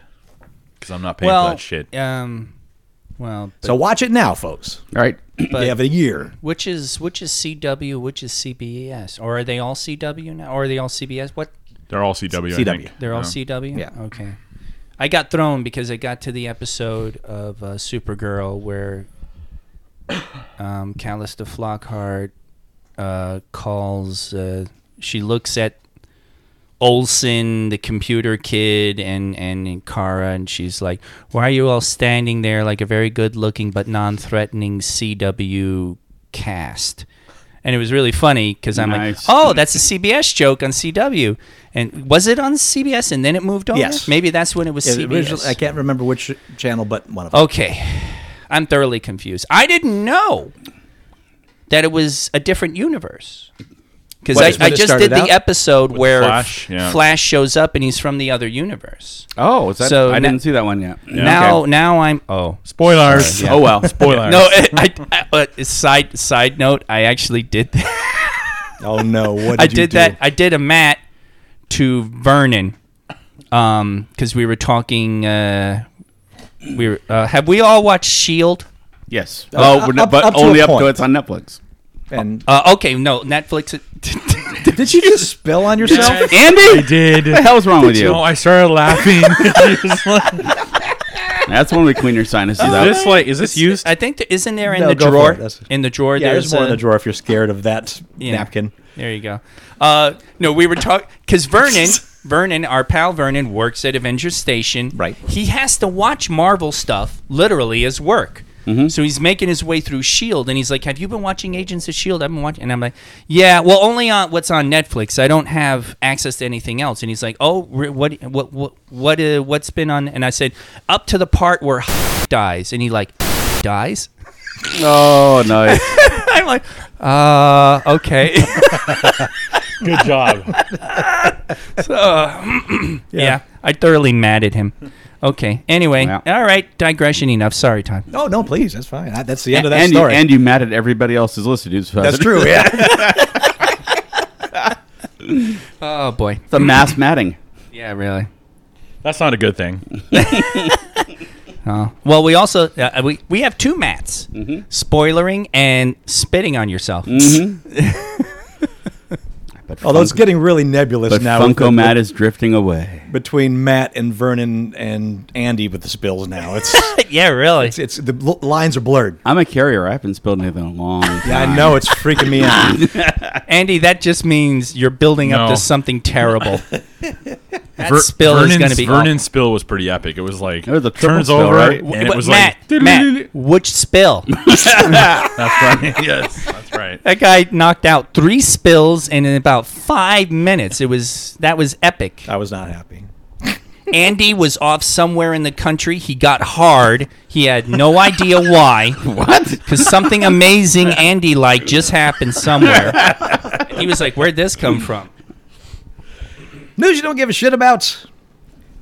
because I'm not paying for Well, that shit. um, well, So watch it now, folks. All right. They have a year. Which is which is CW, which is CBS, or are they all CW now? Or are they all CBS? What They're all CW. I CW. think. they're all Yeah. CW? Yeah. Okay. I got thrown because I got to the episode of uh, Supergirl where um, Callista Flockhart uh, calls. Uh, she looks at Olson, the computer kid, and and Kara, and she's like, "Why are you all standing there like a very good-looking but non-threatening CW cast?" And it was really funny because I'm Nice. like, "Oh, that's a CBS joke on CW." And was it on CBS? And then it moved over. Yes. maybe that's when it was It CBS. originally- I can't remember which channel, but one of them. Okay. I'm thoroughly confused. I didn't know that it was a different universe. Because What, I, is when I it just started did the out? episode where Flash, F- yeah. Flash shows up and he's from the other universe. Oh, is that, So I na- didn't see that one yet. Now, now I'm oh Spoilers. Oh well. Spoilers. no. I, I, uh, side side note, I actually did that. Oh no! What did I you did do? that. I did a Matt to Vernon because we were talking. Uh, we were, uh, have we all watched Shield? Yes. Oh, we're not, up- but up to only a up point. to it's on Netflix. And Uh, okay, no, Netflix. did you just spill on yourself? I Andy, did. what the hell's wrong with No, you? I started laughing. Just like- That's when we clean your sinuses is out. this like is this used? I think there, isn't there in No, the go for drawer. it. That's- In the drawer, yeah, there's, more a- in the drawer if you're scared of that Yeah. napkin. There you go. Uh, no, we were talking because Vernon, Vernon, our pal Vernon, works at Avengers Station. Right. He has to watch Marvel stuff literally as work. So he's making his way through Shield, E and he's like, "Have you been watching Agents of Shield?" E I've been watching, and I'm like, "Yeah, well, only on what's on Netflix. I don't have access to anything else." And he's like, "Oh, re- what, what, what, what, uh, what's been on?" And I said, "Up to the part where dies," and he like dies. Oh, nice. I'm like, "Uh, okay." Good job. Yeah. I thoroughly mad at him. Okay. Anyway, Wow. all right. Digression enough. Sorry, Todd. Oh no, please, that's fine. That- That's the end of that and you story. and you mad at everybody else's list dudes. that's true. Yeah. Oh boy. It's a mass matting. Yeah, really. That's not a good thing. Oh. Well, we also uh, we we have two mats: spoilering and spitting on yourself. But Although Funko, it's getting really nebulous but now. with the- Funko Matt is drifting away. between Matt and Vernon and Andy with the spills now. It's yeah, really. it's, it's the l- lines are blurred. I'm a carrier. I haven't spilled anything in a long time. Yeah, I know it's freaking me out. Andy, that just means you're building up No. to something terrible. that Ver- spill is going to Vernon's- be. Vernon's spill was pretty epic. It was like It was a triple turns spill, over right? awful. and it But was Matt, like Matt, which spill? That's right. yes, that's right. that guy knocked out three spills in about five minutes. It was that was epic. I was not happy. Andy was off somewhere in the country. He got hard. He had no idea why. what? Because something amazing Andy like just happened somewhere. And he was like, "Where'd this come from?" News you don't give a shit about.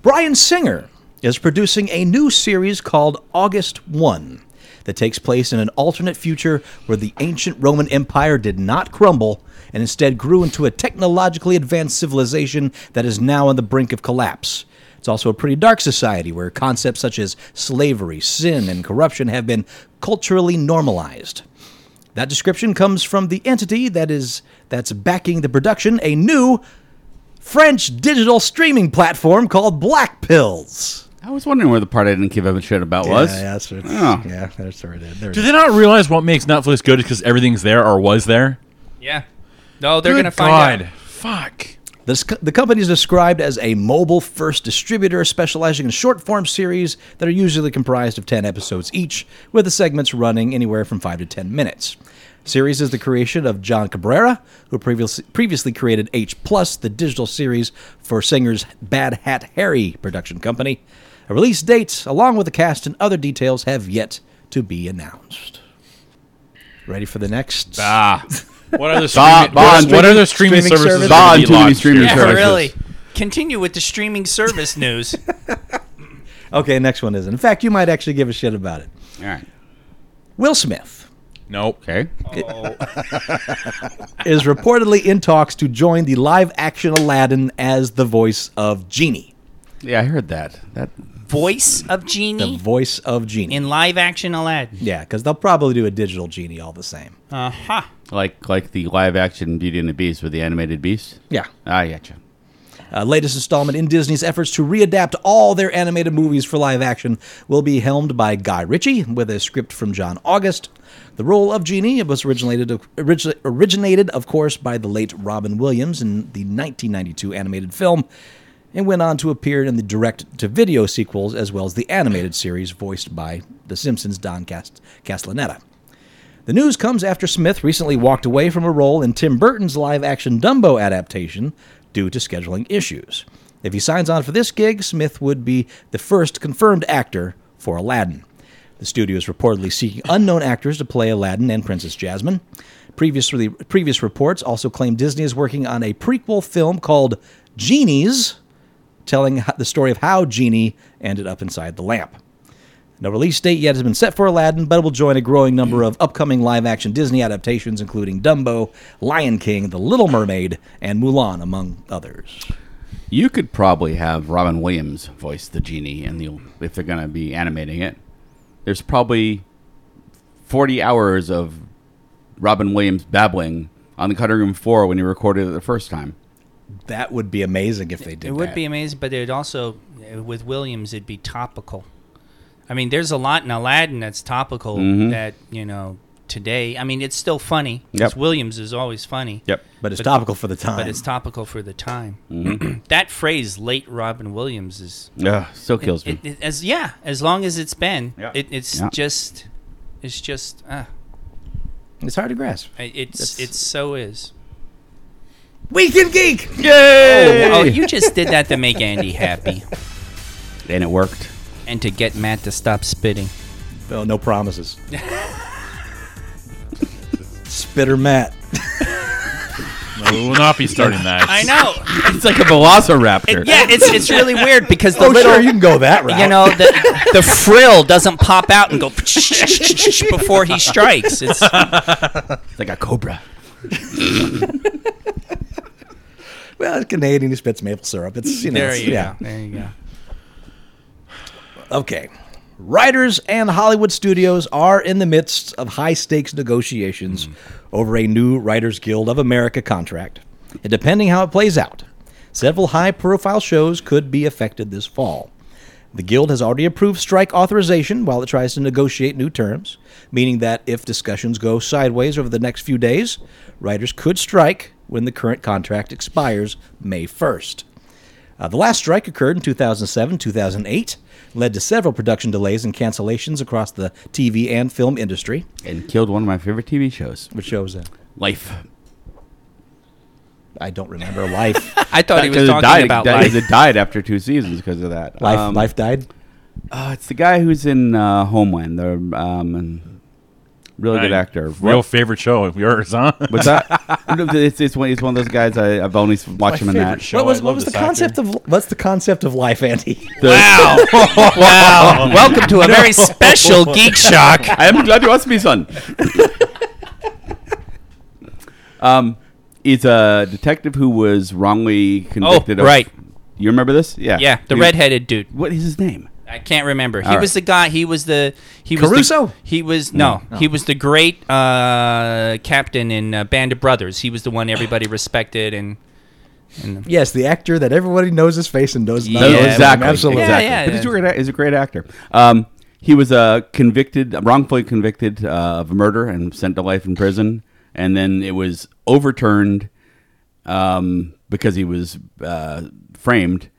Brian Singer is producing a new series called August 1 that takes place in an alternate future where the ancient Roman Empire did not crumble and instead grew into a technologically advanced civilization that is now on the brink of collapse. It's also a pretty dark society where concepts such as slavery, sin, and corruption have been culturally normalized. That description comes from the entity that is that's backing the production, a new French digital streaming platform called Black Pills. I was wondering where the part I didn't give a shit about was. that's what Oh. yeah, that's where it is. Do they not realize what makes Netflix good is because everything's there or was there? Yeah. No, they're Good gonna find God. out. Fuck. This, co- the company is described as a mobile first distributor specializing in short form series that are usually comprised of 10 episodes each, with the segments running anywhere from 5 to 10 minutes. Series is the creation of John Cabrera, who previously, previously created H, the digital series for Singer's Bad Hat Harry production company. A release date, along with the cast and other details, have yet to be announced. Ready for the next? Ah. What other streaming, Bond. what, what other streaming, Streaming services? service? are Bond, gonna be too many launched? streaming Yeah, services. really. Continue with the streaming service news. Okay, next one is. In fact, you might actually give a shit about it. All right. Will Smith. Nope. Okay. is reportedly in talks to join the live action Aladdin as the voice of Genie. Yeah, I heard that. That Voice of The Genie voice of Genie. in live action Aladdin. yeah, because they'll probably do a digital Genie all the same. Uh-huh. like like the live action Beauty and the Beast with the animated beast. Yeah. I gotcha. Uh, latest installment in Disney's efforts to readapt all their animated movies for live action will be helmed by Guy Ritchie with a script from John August. The role of Genie was originated, origi- originated, of course, by the late Robin Williams in the 1992 animated film and went on to appear in the direct to video sequels as well as the animated series voiced by The Simpsons' Don Cast- Castellaneta. The news comes after Smith recently walked away from a role in Tim Burton's live action Dumbo adaptation due to scheduling issues. If he signs on for this gig, Smith would be the first confirmed actor for Aladdin. The studio is reportedly seeking unknown actors to play Aladdin and Princess Jasmine. Previously, previous reports also claim Disney is working on a prequel film called Genies, telling h- the story of how Genie ended up inside the lamp. No release date yet has been set for Aladdin, but it will join a growing number of upcoming live action Disney adaptations, including Dumbo, Lion King, The Little Mermaid, and Mulan, among others. You could probably have Robin Williams voice the genie, and the if they're gonna be animating it, there's probably forty hours of Robin Williams babbling on the cutting room floor when he recorded it the first time. That would be amazing if they did. It would that. be amazing, but it'd also eh, with Williams, it'd be topical. I mean, there's a lot in Aladdin that's topical that you know today. I mean, it's still funny because Mm-hmm. Yep. Williams is always funny. Yep. but it's but- topical for the time. But it's topical for the time. Mm-hmm. that phrase, "late Robin Williams," is Yeah, still kills me. it, it- as yeah, as long as it's been, Yeah. it, it's Yeah. just, it's just, uh, it's hard to grasp. it's That's- it's so is. Weekend geek. Oh, oh, you just did that to make Andy happy and it worked. and to get Matt to stop spitting. Oh, no promises. Spitter Matt. No, we will not be starting that. I know. It's like a velociraptor. yeah, it's it's really weird because the Oh, little sure, you can go that route. you know the the frill doesn't pop out and go before he strikes. It's It's like a cobra. well, it's Canadian. He spits maple syrup. It's you know. there it's- you yeah. go. There you go. Okay. Writers and Hollywood studios are in the midst of high stakes negotiations over a new Writers Guild of America contract. And depending how it plays out, several high profile shows could be affected this fall. The Guild has already approved strike authorization while it tries to negotiate new terms, meaning that if discussions go sideways over the next few days, writers could strike when the current contract expires May 1st. Uh, the last strike occurred in 2007 2008, led to several production delays and cancellations across the TV and film industry. And killed one of my favorite TV shows, Which shows that? Life. I don't remember. Life. I thought he was Because it talking died, about that- life. It died after two seasons because of that. life, Um, life died. uh, it's the guy who's in uh, Homeland, the um, really good My actor. Real What- favorite show of yours, huh? What's that? it's, it's, one, it's one of those guys I, I've only watched him in that. What was, what was the concept of what's the concept of life, Andy? Wow! wow! Welcome to a very special geek shock. I am glad you asked me, son. um, he's a detective who was wrongly convicted. of, Oh, right. You remember this? Yeah. Yeah, the He- redheaded dude. What is his name? I can't remember. He All right. was the guy. He was the he was the- Caruso? he was no, He was the great uh, captain in uh, Band of Brothers. He was the one everybody respected and. and yes, the actor that everybody knows his face and knows Yeah, none of his name. exactly. Absolutely. Exactly. Yeah, yeah, but he's a yeah. great, ac- he's a great actor. Um, he was uh, convicted, wrongfully convicted uh, of murder and sent to life in prison. And then it was overturned um, because he was uh, framed.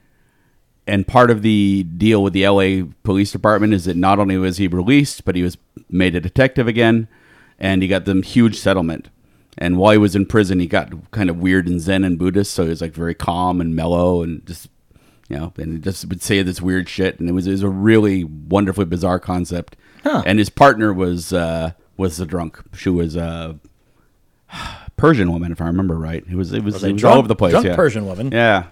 And part of the deal with the LA Police Department is that not only was he released, but he was made a detective again, and he got them huge settlement. And while he was in prison, he got kind of weird and Zen and Buddhist, so he was like very calm and mellow and just you know, and he just would say this weird shit. And it was it was a really wonderfully bizarre concept. And his partner was uh, was the drunk. She was a Persian woman, if I remember right. It was it was, a it was drunk- all over the place. drunk yeah. Persian woman. Yeah.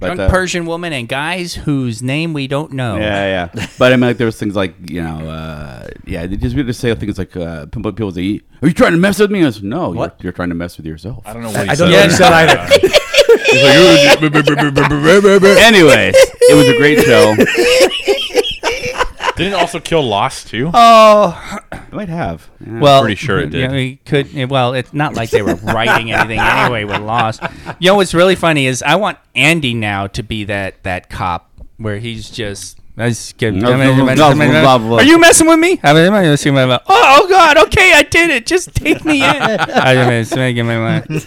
But, drunk uh, Persian woman and guys whose name we don't know. Yeah, yeah. But I mean, like, there was things like you know, uh, yeah, they just would just say things like uh, people people say, "Are you trying to mess with me?" I was, "No, you're, you're trying to mess with yourself." I don't know what he I said. don't know what he said either. Anyways, it was a great show. it Didn't it also kill Lost too? Uh, might have. Yeah. Oh. Well, pretty sure it Yeah, did. we could. yeah, Well, it's not like they were writing anything anyway. With Lost, you know what's really funny is I want Andy now to be that that cop where he's just. I just get- No, no, no, no, no, no. Are you messing with me? I mean, am I messing with my- Oh God! Okay, I did it. Just take me in. I mean, it's making my mind.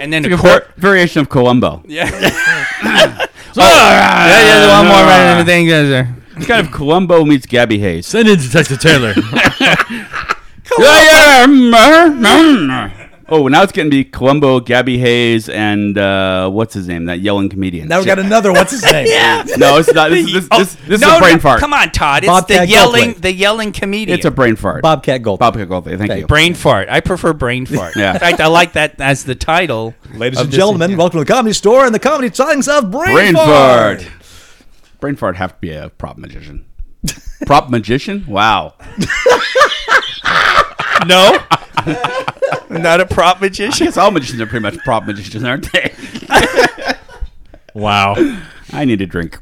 And then the court. variation of Columbo. Yeah. oh, yeah, yeah. the One more right and everything goes there. It's kind of Columbo meets Gabby Hayes. Send in Detective Taylor. Yeah, yeah, mm, mm, mm. Oh, now it's going to be Columbo, Gabby Hayes, and uh, what's his name? That yelling comedian. Now we got another. What's his name? yeah. no, it's not. This, this, this, this is a brain fart. Oh, Come on, Todd. It's Bobcat the yelling, Goldthwait. the yelling comedian. It's a brain fart. Bobcat Gold. Bobcat Goldthwait. Thank you. brain fart. I prefer brain fart. Yeah. In fact, I like that as the title. Ladies of and this- gentlemen, welcome to the Comedy Store and the comedy songs of Brain, Brain Fart. fart. Brain fart have to be a prop magician. prop magician? Wow. No, not a prop magician. Yes, all magicians are pretty much prop magicians, aren't they? Wow. I need a drink.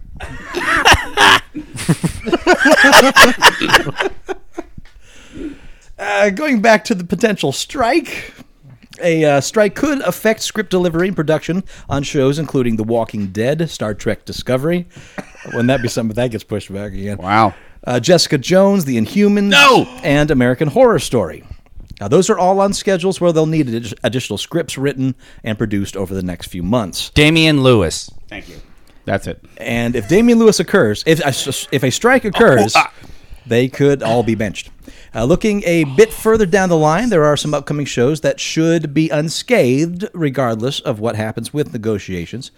Uh, going back to the potential strike, a uh, strike could affect script delivery and production on shows including The Walking Dead, Star Trek Discovery. Wouldn't that be something if that gets pushed back again? Wow. Uh, Jessica Jones, The Inhumans, no! and American Horror Story. Now, those are all on schedules where they'll need addi- additional scripts written and produced over the next few months. Damian Lewis. Thank you. That's it. And if Damian Lewis occurs, if a, s- if a strike occurs, they could all be benched. Uh, looking a bit further down the line, there are some upcoming shows that should be unscathed, regardless of what happens with negotiations.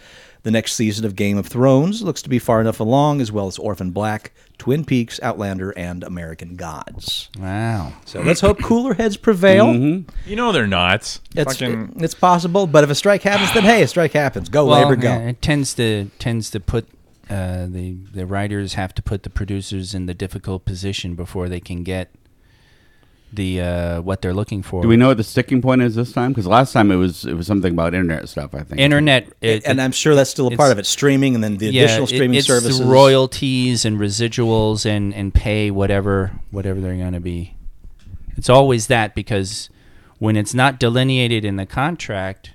The next season of Game of Thrones looks to be far enough along, as well as Orphan Black, Twin Peaks, Outlander, and American Gods. Wow. So let's hope cooler heads prevail. You know they're not. It's, Fucking- it's possible, but if a strike happens, then hey, a strike happens. Go labor, go. yeah, uh, it tends to tends to put uh, the the writers have to put the producers in the difficult position before they can get the uh, what they're looking for. Do we know what the sticking point is this time? Because last time it was it was something about internet stuff. I think internet? It, and I'm sure that's still a part it's- of it. Streaming and then the yeah, additional it- streaming it's the services. royalties and residuals and and pay whatever whatever they're going to be. It's always that because when it's not delineated in the contract.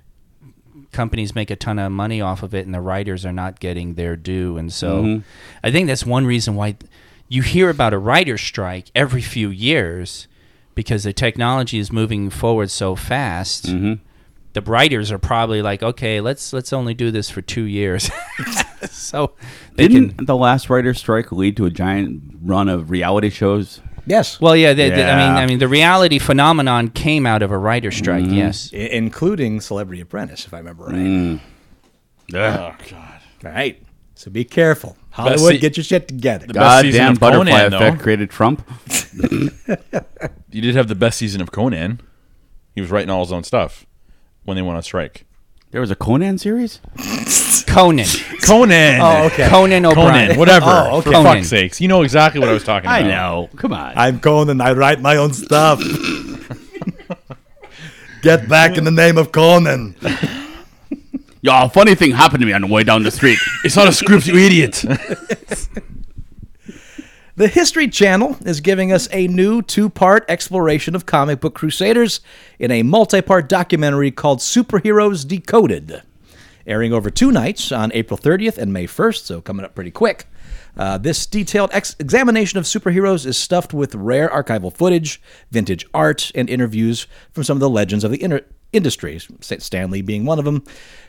Companies make a ton of money off of it, and the writers are not getting their due. And so, Mm-hmm. I think that's one reason why you hear about a writer's strike every few years because the technology is moving forward so fast. Mm-hmm. The writers are probably like, okay, let's let's only do this for two years. so they can. Didn't the last writer strike lead to a giant run of reality shows? Yes. Well, yeah, they, they- I mean, Yeah. Mm-hmm. I mean, the reality phenomenon came out of a writer strike. Yes, I- including Celebrity Apprentice, if I remember right. Ugh, Oh, God. All right. So be careful. Hollywood, see- get your shit together. Best Goddamn season of butterfly Conan, though. effect created Trump. You did have the best season of Conan. He was writing all his own stuff when they went on strike. There was a Conan series. Conan, Conan. Oh, okay. Conan O'Brien. Conan, whatever. Oh, For okay. Conan. fuck's sakes, you know exactly what I was talking about. Come on. I'm Conan. I write my own stuff. get back in the name of Conan. Y'all, funny thing happened to me on the way down the street. It's not a script, you idiot. The History Channel is giving us a new two part exploration of comic book crusaders in a multi part documentary called Superheroes Decoded, airing over two nights on April 30th and May 1st, so coming up pretty quick. Uh, this detailed ex- examination of superheroes is stuffed with rare archival footage, vintage art, and interviews from some of the legends of the inter- industries, Stan- Stanley being one of them,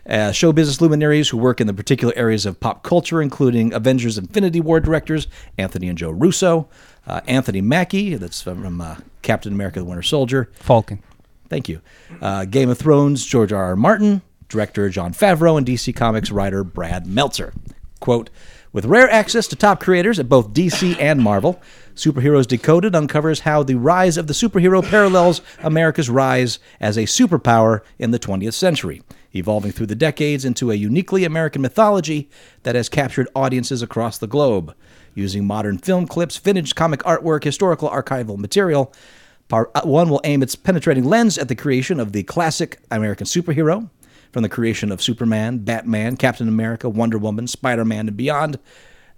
uh, show business luminaries who work in the particular areas of pop culture, including Avengers Infinity War directors Anthony and Joe Russo, uh, Anthony Mackie, that's from, from, uh, Captain America the Winter Soldier. Falcon. Thank you. Uh, Game of Thrones, George R. R. Martin, director John Favreau, and DC Comics writer Brad Meltzer. Quote With rare access to top creators at both DC and Marvel, Superheroes Decoded uncovers how the rise of the superhero parallels America's rise as a superpower in the 20th century, evolving through the decades into a uniquely American mythology that has captured audiences across the globe. Using modern film clips, vintage comic artwork, historical archival material, Part uh, one will aim its penetrating lens at the creation of the classic American superhero, from the creation of Superman, Batman, Captain America, Wonder Woman, Spider Man, and beyond.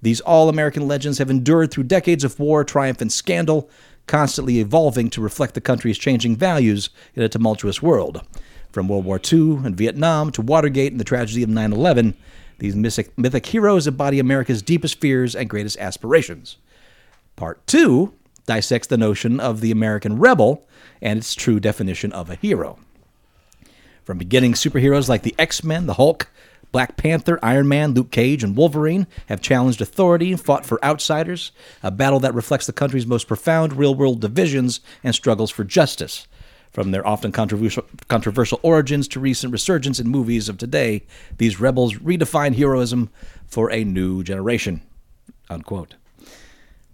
These all American legends have endured through decades of war, triumph, and scandal, constantly evolving to reflect the country's changing values in a tumultuous world. From World War II and Vietnam to Watergate and the tragedy of 9 11, these mythic, mythic heroes embody America's deepest fears and greatest aspirations. Part two dissects the notion of the American rebel and its true definition of a hero. From beginning, superheroes like the X Men, the Hulk, Black Panther, Iron Man, Luke Cage, and Wolverine have challenged authority and fought for outsiders, a battle that reflects the country's most profound real world divisions and struggles for justice. From their often controversial, controversial origins to recent resurgence in movies of today, these rebels redefine heroism for a new generation. Unquote.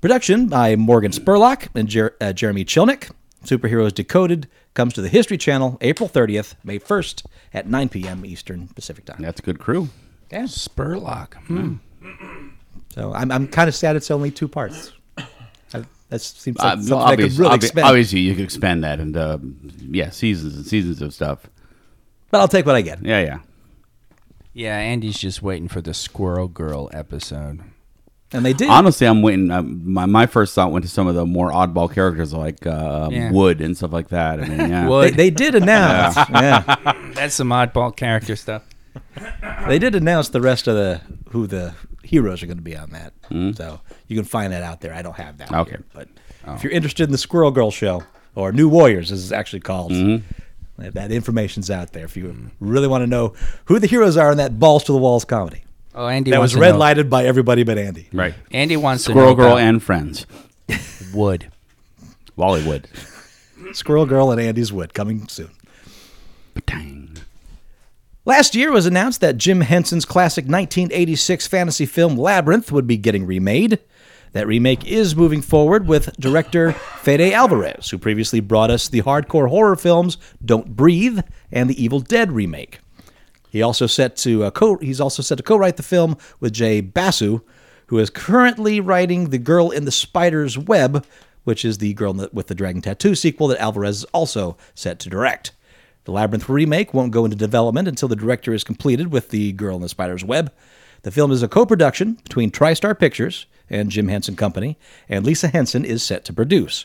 Production by Morgan Spurlock and Jer- uh, Jeremy Chilnick. Superheroes Decoded comes to the History Channel April 30th, May 1st at 9 p.m. Eastern Pacific Time. That's a good crew. Yeah. Spurlock. Hmm. So I'm, I'm kind of sad it's only two parts. I, that seems like Uh, something I could obvious- really obvi- expand. Obviously, you could expand that and uh, yeah, seasons and seasons of stuff. But I'll take what I get. Yeah, yeah. Yeah, Andy's just waiting for the Squirrel Girl episode. And they did. Honestly, I'm waiting. Uh, my my first thought went to some of the more oddball characters like uh, Yeah. Wood and stuff like that. I mean, yeah. they, Wood. they did announce. yeah. That's some oddball character stuff. They did announce the rest of the who the heroes are going to be on that. Hmm? So you can find that out there. I don't have that. Okay. here, but Oh. if you're interested in the Squirrel Girl show or New Warriors, as it's actually called, Mm-hmm. that information's out there. If you really want to know who the heroes are in that balls to the walls comedy Oh, Andy that wants was to red know- lighted by everybody but Andy. right. Andy wants Squirrel to know Girl about and Friends. Wood. Wally Wood. Squirrel Girl and Andy's Wood coming soon. Dang. Last year was announced that Jim Henson's classic 1986 fantasy film Labyrinth would be getting remade. That remake is moving forward with director Fede Alvarez, who previously brought us the hardcore horror films Don't Breathe and the Evil Dead remake. He also set to uh, co- he's also set to co-write the film with Jay Basu, who is currently writing The Girl in the Spider's Web, which is the Girl in the- with the Dragon Tattoo sequel that Alvarez is also set to direct. The Labyrinth remake won't go into development until the director is completed with The Girl in the Spider's Web. The film is a co-production between TriStar Pictures and Jim Henson Company, and Lisa Henson is set to produce.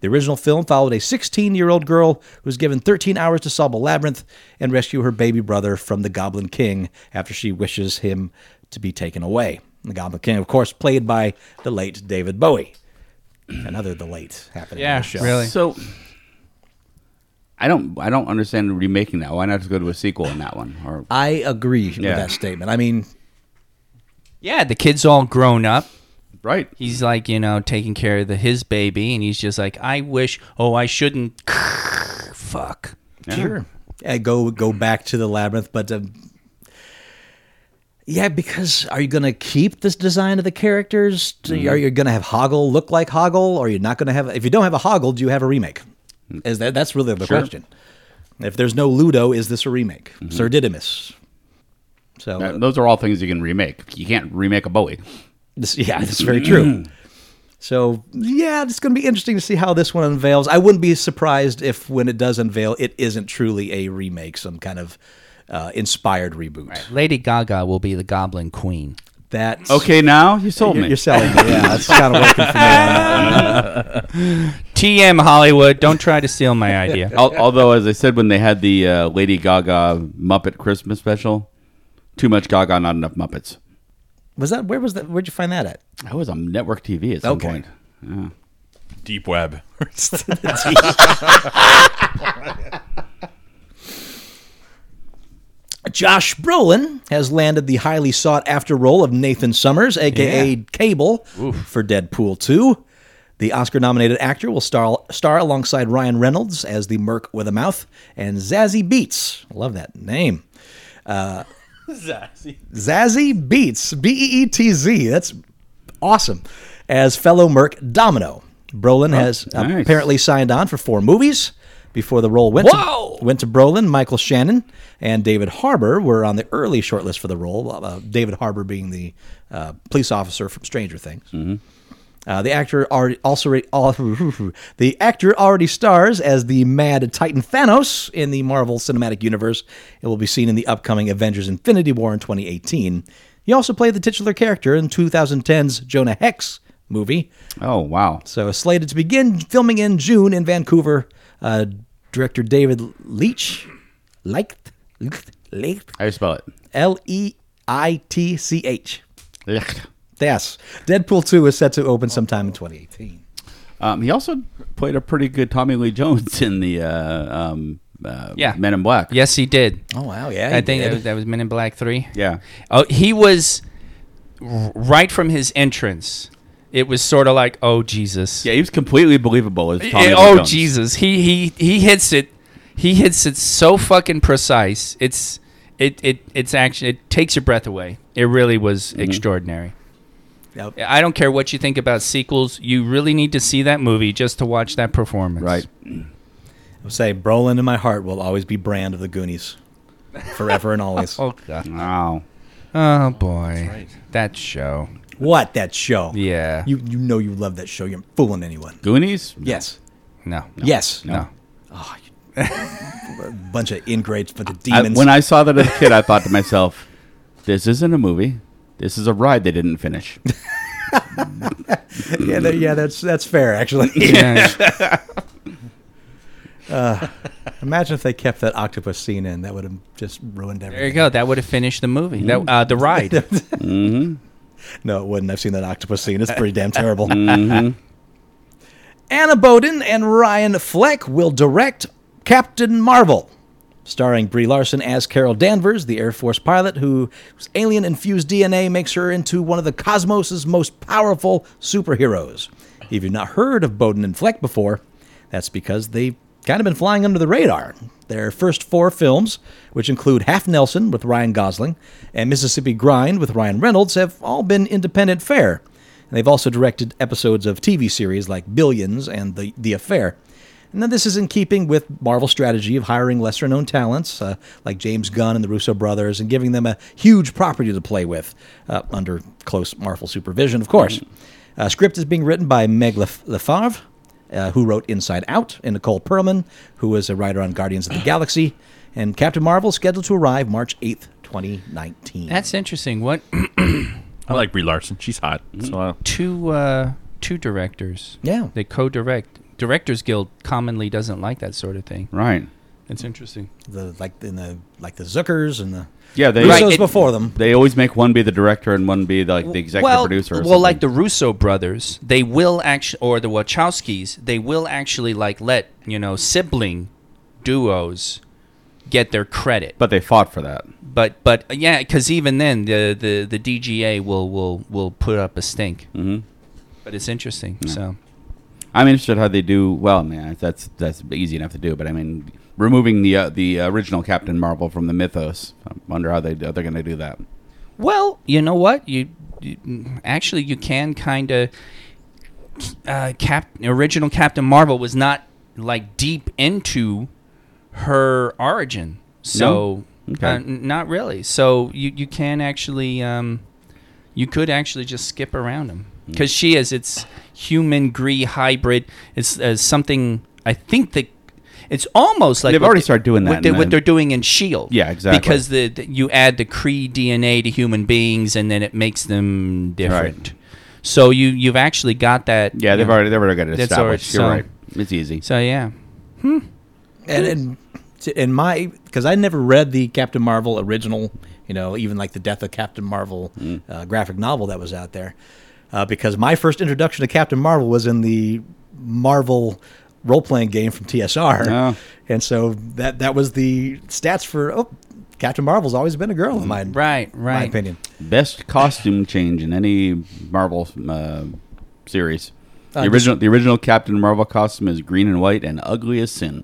The original film followed a 16 year old girl who was given 13 hours to solve a labyrinth and rescue her baby brother from the Goblin King after she wishes him to be taken away. The Goblin King, of course, played by the late David Bowie. Another the late happening. on the show. really. So I don't I don't understand remaking that. Why not just go to a sequel on that one? Or I agree Yeah. with that statement. I mean, Yeah, the kid's all grown up. right. He's like, you know, taking care of the, his baby, and he's just like, I wish. Oh, I shouldn't. Fuck. Sure. Yeah, go go back to the labyrinth, but um, yeah, because are you going to keep this design of the characters? Do you- Are you going to have Hoggle look like Hoggle, or are you not going to have? If you don't have a Hoggle, do you have a remake? Is that that's really the question? If there's no Ludo, is this a remake? Sir Didymus. So Uh, those are all things you can remake. You can't remake a Bowie. this, yeah, that's very true. So yeah, it's going to be interesting to see how this one unveils. I wouldn't be surprised if when it does unveil, it isn't truly a remake, some kind of uh, inspired reboot. Lady Gaga will be the Goblin Queen. That's Okay, now you sold You're, me. you're selling it. Yeah, that's kind of working for me. on that one. TM Hollywood, don't try to steal my idea. Al- although, as I said when they had the uh, Lady Gaga Muppet Christmas special, too much Gaga, not enough Muppets. Was that where was that? Where'd you find that at? That was on network TV at some Okay. point. Yeah. Deep web. Josh Brolin has landed the highly sought after role of Nathan Summers, aka Cable, for Deadpool 2. The Oscar nominated actor will star, star alongside Ryan Reynolds as the Merc with a Mouth and Zazie Beats. I love that name. Uh, Zazie. Zazie Beats, B E E T Z. That's awesome. As fellow Merc Domino. Brolin has nice. apparently signed on for four movies before the role went Whoa! to went to Brolin, Michael Shannon, and David Harbour were on the early shortlist for the role. Uh, David Harbour being the uh, police officer from Stranger Things. Uh, the actor already also re- all, the actor already stars as the Mad Titan Thanos in the Marvel Cinematic Universe. It will be seen in the upcoming Avengers: Infinity War in 2018. He also played the titular character in 2010's Jonah Hex movie. Oh wow. So slated to begin filming in June in Vancouver. Uh, director David Leitch, Leicht, Leicht, How do you spell it? L E I T C H. Lich. Yes, Deadpool two is set to open sometime in 2018. Um, he also played a pretty good Tommy Lee Jones in the uh, um, uh, Yeah. Men in Black. Yes, he did. Oh wow, yeah, I think that was, that was Men in Black 3. Yeah. Oh, he was r- right from his entrance. It was sort of like, oh Jesus. Yeah, he was completely believable as Tommy Yeah, Lee oh Jones. Jesus. He he he hits it. He hits it so fucking precise. It's it it it's action. It takes your breath away. It really was Mm-hmm. extraordinary. Yep. I don't care what you think about sequels. You really need to see that movie just to watch that performance. Right. I'll say Brolin in my heart will always be brand of the Goonies, forever and always. Oh god. Wow. Oh boy. That show. What that show? Yeah. you you know you love that show. You're not fooling anyone. Goonies? Yes, no. yes, No. bunch of ingrates, bunch of I, demons. when I saw that as a kid, I thought to myself, This isn't a movie. This is a ride they didn't finish. yeah, that, yeah, that's that's fair actually. Yeah. Imagine if they kept that octopus scene in. That would have just ruined There you everything. go. That would have finished the movie. That, uh, the ride. Mm-hmm. No, it wouldn't. I've seen that octopus scene. It's pretty damn terrible. Mm-hmm. Anna Boden and Ryan Fleck will direct Captain Marvel, starring Brie Larson as Carol Danvers, the Air Force pilot who- whose alien infused DNA makes her into one of the cosmos' most powerful superheroes. If you've not heard of Boden and Fleck before, that's because they've kind of been flying under the radar. Their first four films, which include Half Nelson with Ryan Gosling and Mississippi Grind with Ryan Reynolds, have all been independent fare. And they've also directed episodes of TV series like Billions and The, the Affair. And then this is in keeping with Marvel's strategy of hiring lesser known talents uh, like James Gunn and the Russo brothers and giving them a huge property to play with uh, under close Marvel supervision, of course. Mm-hmm. Uh, script is being written by Meg Lef- Lefavre, uh, who wrote Inside Out, and Nicole Perlman, who was a writer on Guardians of the Galaxy. And Captain Marvel is scheduled to arrive March 8th, 2019. That's interesting. What I like Brie Larson. She's hot. So uh, two uh, two directors? Yeah. They co-direct. Directors Guild commonly doesn't like that sort of thing. Right. It's interesting. the like in the like the Zuckers and the Yeah, they Russos Right, it- before them. they always make one be the director and one be like the executive well, producer. Or well, like something. the Russo brothers, they will actually, or the Wachowskis, they will actually like let you know sibling duos get their credit. but they fought for that. But but yeah, because even then the, the the DGA will will will put up a stink. Mm-hmm. But it's interesting. So I'm interested how they do. Well, man, that's that's easy enough to do. But I mean, removing the uh, the original Captain Marvel from the mythos. I wonder how they how they're going to do that. well, you know what you, you actually you can kind of uh, Cap original Captain Marvel was not like deep into her origin, so Okay. uh, n- not really. So you you can actually um, you could actually just skip around them Hmm. because she is it's human gree hybrid. It's uh, something I think that it's almost like They've what already they- started doing that What, they, in the- what they're doing in Shield, Yeah, exactly. E Because the, the- you add the Cree DNA to human beings, and then it makes them different. So you you've actually got that. Yeah, you they've know. already they've already got it That's established. You're already- right. It's easy. So yeah, and and to- in my because I never read the Captain Marvel original, you know, even like the Death of Captain Marvel Mm. uh, graphic novel that was out there, uh, because my first introduction to Captain Marvel was in the Marvel role playing game from TSR, Oh. and so that that was the stats for oh, Captain Marvel's always been a girl Mm. in my right, my right. opinion. Best costume change in any Marvel uh, series. The Uh, original the original Captain Marvel costume is green and white and ugly as sin.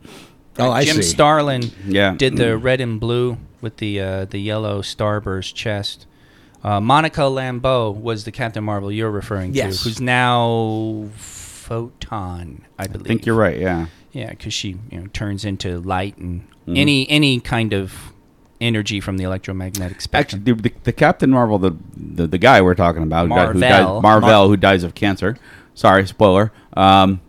Oh, I Jim see. Starlin Yeah. did the red and blue with the uh, the yellow starburst chest. Uh, Monica Lambeau was the Captain Marvel you're referring Yes. to, who's now Photon, I believe. I think you're right. Yeah. Yeah, because she you know turns into light and Mm-hmm. any any kind of energy from the electromagnetic spectrum. Actually, the, the, the Captain Marvel, the, the the guy we're talking about, who died- who died- Marvel. Marvel, who dies of cancer. Sorry, spoiler. Um,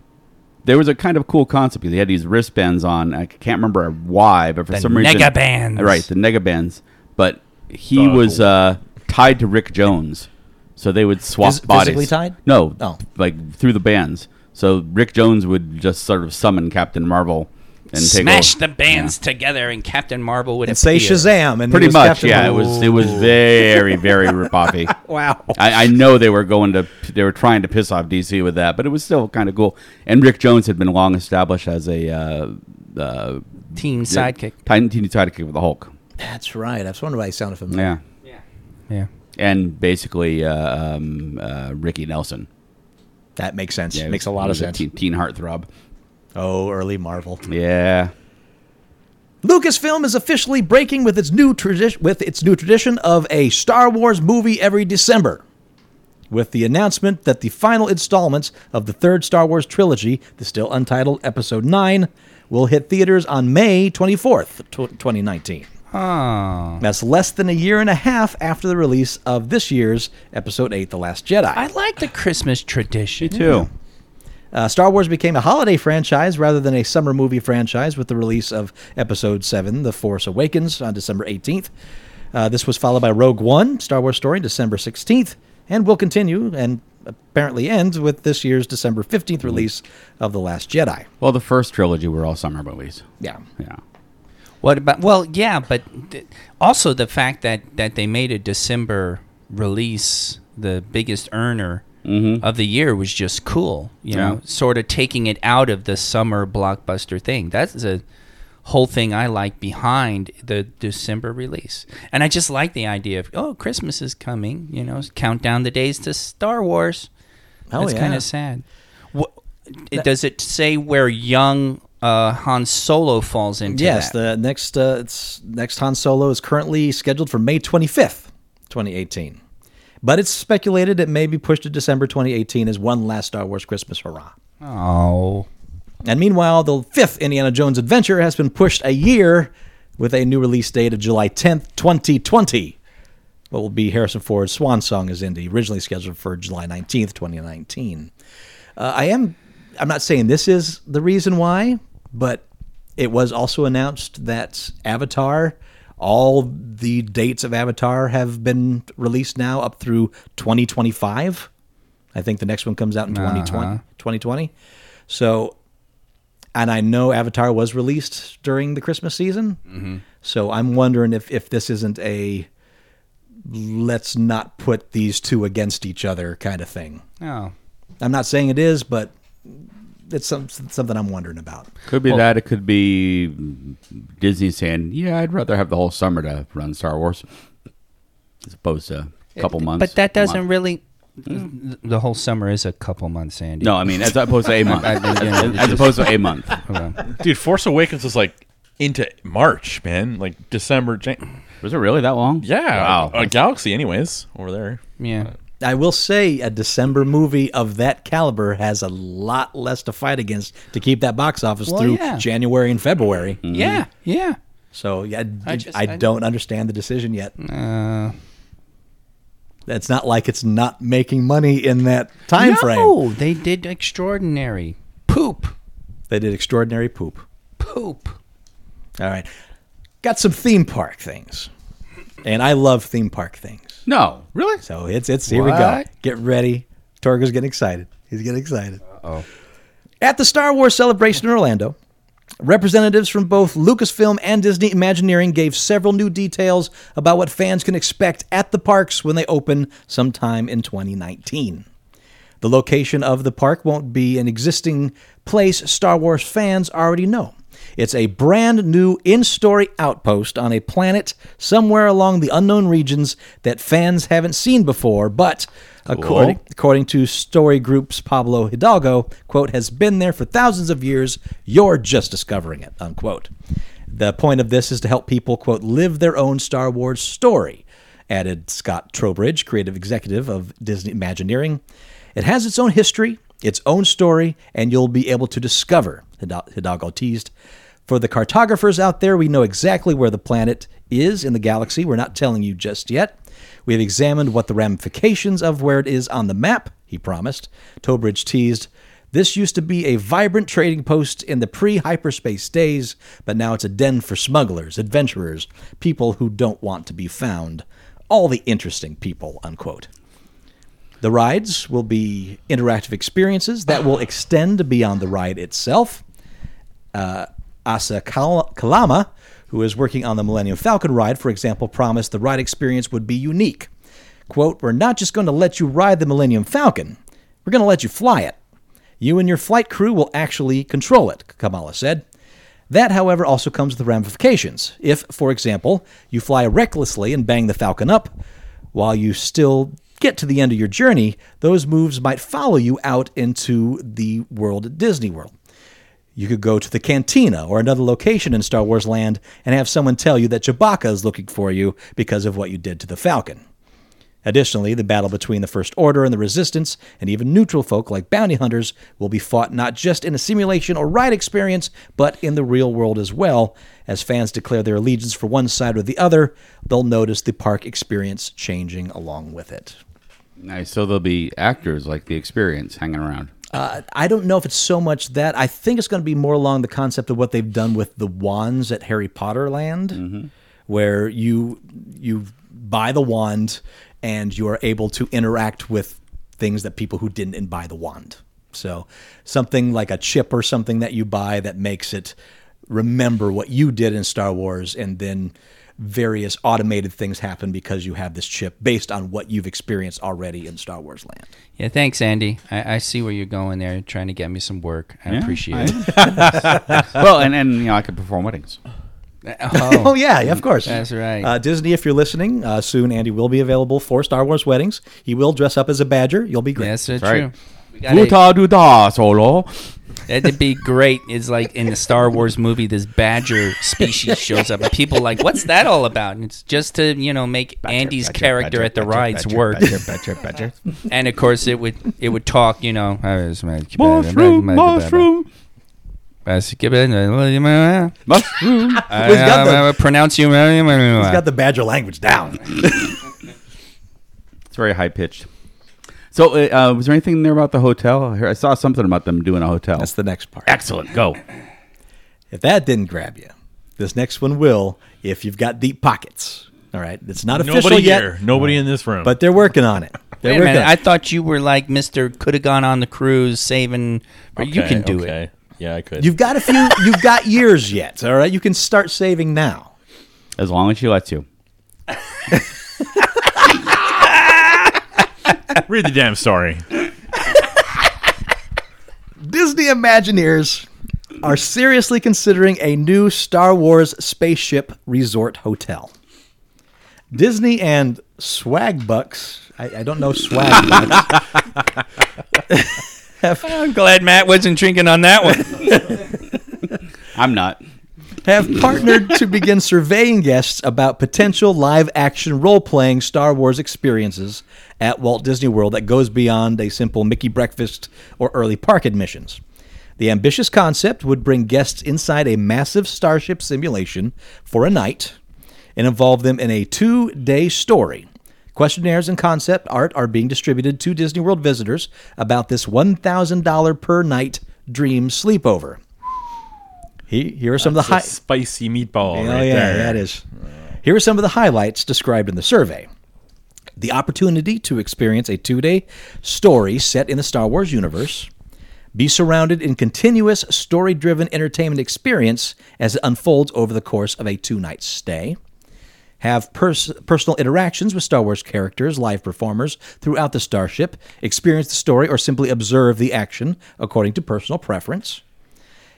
there was a kind of cool concept because he had these wristbands on. I can't remember why, but for The some reason, nega bands. Right, the nega bands. But he Oh, was cool. uh, tied to Rick Jones, so they would swap Phys- bodies. physically tied? No, Oh. like through the bands. So Rick Jones would just sort of summon Captain Marvel and Smash take over. the bands together, and Captain Marvel would and say appear. Shazam, and he Pretty was much, Captain yeah. It Marvel. was it was very very ripoffy. wow. I, I know they were going to they were trying to piss off DC with that, but it was still kind of cool. And Rick Jones had been long established as a uh, uh, Team sidekick. tiny teeny sidekick with the Hulk. That's right. I was wondering why he sounded familiar. Yeah, Yeah. and basically uh, um, uh, Ricky Nelson. That makes sense. Yeah, he makes was- a lot he of was sense. Teen, teen heartthrob. Oh, early Marvel. Yeah, Lucasfilm is officially breaking with its new tradition with its new tradition of a Star Wars movie every December. With the announcement that the final installments of the third Star Wars trilogy, the still untitled Episode 9, will hit theaters on May 24th, tw- 2019. Oh. That's less than a year and a half after the release of this year's Episode 8, The Last Jedi. I like the Christmas tradition. me too. Uh, Star Wars became a holiday franchise rather than a summer movie franchise with the release of Episode 7, The Force Awakens, on December 18th. Uh, this was followed by Rogue One, Star Wars Story, December 16th, and will continue and apparently end with this year's December 15th release of The Last Jedi. Well, the first trilogy were all summer movies. Yeah. Yeah. What about? Well, yeah, but th- also the fact that that they made a December release the biggest earner Mm-hmm. of the year was just cool. You Yeah. know, sort of taking it out of the summer blockbuster thing. That's a whole thing I like behind the December release, and I just like the idea of oh, Christmas is coming. You know, count down the days to Star Wars. Oh, That's kind yeah. of sad. Wha- it, does it say where young uh, Han Solo falls into Yes, that? the next uh, it's, next Han Solo is currently scheduled for May 25th, 2018. But it's speculated it may be pushed to December 2018 as one last Star Wars Christmas hurrah. Oh. And meanwhile, the fifth Indiana Jones adventure has been pushed a year with a new release date of July 10th, 2020. What will be Harrison Ford's swan song as Indy, originally scheduled for July 19th, 2019. Uh, I am, I'm not saying this is the reason why, but it was also announced that Avatar, all the dates of Avatar have been released now up through 2025. I think the next one comes out in 2020. 2020. So and I know Avatar was released during the Christmas season. So I'm wondering if if this isn't a let's not put these two against each other kind of thing. Oh. I'm not saying it is, but it's some, something I'm wondering about. Could be that. It could be Disney saying, "Yeah, I'd rather have the whole summer to run Star Wars as opposed to a couple months." But that a month." doesn't really. The whole summer is a couple months, Andy. No, I mean as opposed to a month. I think, yeah, as it's as just- opposed to a month. Okay. Dude, Force Awakens is like into March, man. Like December. Jan- Was it really that long? yeah. Wow. A galaxy, anyways, over there. Yeah. I will say a December movie of that caliber has a lot less to fight against to keep that box office Well, through yeah. January and February. Yeah. Yeah. So yeah, I, I just- I- don't understand the decision yet. Uh, It's not like it's not making money in that time frame. no, they did extraordinary poop. They did extraordinary poop. Poop. All right. Got some theme park things. And I love theme park things. No, really. So it's it's here we go. What? Get ready. Torgo's getting excited. He's getting excited. Oh. At the Star Wars celebration in Orlando, representatives from both Lucasfilm and Disney Imagineering gave several new details about what fans can expect at the parks when they open sometime in 2019. The location of the park won't be an existing place Star Wars fans already know. It's a brand new in story outpost on a planet somewhere along the unknown regions that fans haven't seen before, but according, according to story group's Pablo Hidalgo, quote, has been there for thousands of years. You're just discovering it, unquote. The point of this is to help people, quote, live their own Star Wars story added Scott Trowbridge, creative executive of Disney Imagineering. It has its own history, its own story, and you'll be able to discover, Hidal- Hidalgo teased. For the cartographers out there, we know exactly where the planet is in the galaxy. We're not telling you just yet. We have examined what the ramifications of where it is on the map, he promised. Trowbridge teased. This used to be a vibrant trading post in the pre hyperspace days, but now it's a den for smugglers, adventurers, people who don't want to be found, all the interesting people, unquote. The rides will be interactive experiences that will extend beyond the ride itself. Uh, Asa Kal- Kalama, who is working on the Millennium Falcon ride, for example, promised the ride experience would be unique. Quote, We're not just going to let you ride the Millennium Falcon, we're going to let you fly it. You and your flight crew will actually control it, Kamala said. That, however, also comes with ramifications. If, for example, you fly recklessly and bang the Falcon up, while you still get to the end of your journey, those moves might follow you out into the world at Disney World. You could go to the cantina or another location in Star Wars Land and have someone tell you that Chewbacca is looking for you because of what you did to the Falcon. Additionally, the battle between the First Order and the Resistance, and even neutral folk like bounty hunters, will be fought not just in a simulation or ride experience, but in the real world as well. As fans declare their allegiance for one side or the other, they'll notice the park experience changing along with it. Nice. So there'll be actors like the experience hanging around. Uh, I don't know if it's so much that. I think it's going to be more along the concept of what they've done with the wands at Harry Potter Land, where you you buy the wand and you are able to interact with things that people who didn't buy the wand. So something like a chip or something that you buy that makes it remember what you did in Star Wars and then various automated things happen because you have this chip based on what you've experienced already in Star Wars land. Yeah, thanks, Andy. I, I see where you're going there, trying to get me some work. I appreciate it. well, and, and you know, I could perform weddings. Oh, yeah, yeah, of course. That's right. Uh, Disney, if you're listening, uh, soon Andy will be available for Star Wars weddings. He will dress up as a badger. You'll be great. Yes, that's right. true. We gotta, Uta da solo. that'd be great. It's like in the Star Wars movie, this badger species shows up, and people like, "What's that all about?" And it's just to you know make Andy's character at the rides work. Badger, badger, badger. And of course, it would it would talk. You know, Mushroom, mushroom. uh, Mushroom. got the- I, I uh, pronounce you. uh, He's got the badger language down. It's very high pitched. So, uh, uh, was there anything there about the hotel? I hear- I saw something about them doing a hotel. That's the next part. Excellent. Go. If that didn't grab you, this next one will if you've got deep pockets. All right. It's not official Nobody yet, here. Nobody in this room. but they're working on it. They're Wait a working minute, on I thought you were like Mr. Could have gone on the cruise saving. but you can do it. Yeah, I could. You've got a few you've got years yet, all right? You can start saving now. As long as she lets you. Read the damn story. Disney Imagineers are seriously considering a new Star Wars spaceship resort hotel. Disney and Swagbucks, I, I don't know Swagbucks, I'm glad Matt wasn't drinking on that one. I'm not. have partnered to begin surveying guests about potential live action role playing Star Wars experiences at Walt Disney World that goes beyond a simple Mickey breakfast or early park admissions. The ambitious concept would bring guests inside a massive starship simulation for a night and involve them in a two day story. Questionnaires and concept art are being distributed to Disney World visitors about this $1,000 per night dream sleepover. He, here are some of the high. Spicy meatball. Oh right yeah, there. that is. Here are some of the highlights described in the survey. The opportunity to experience a two day story set in the Star Wars universe, be surrounded in continuous story driven entertainment experience as it unfolds over the course of a two night stay, have pers- personal interactions with Star Wars characters, live performers throughout the starship, experience the story, or simply observe the action according to personal preference.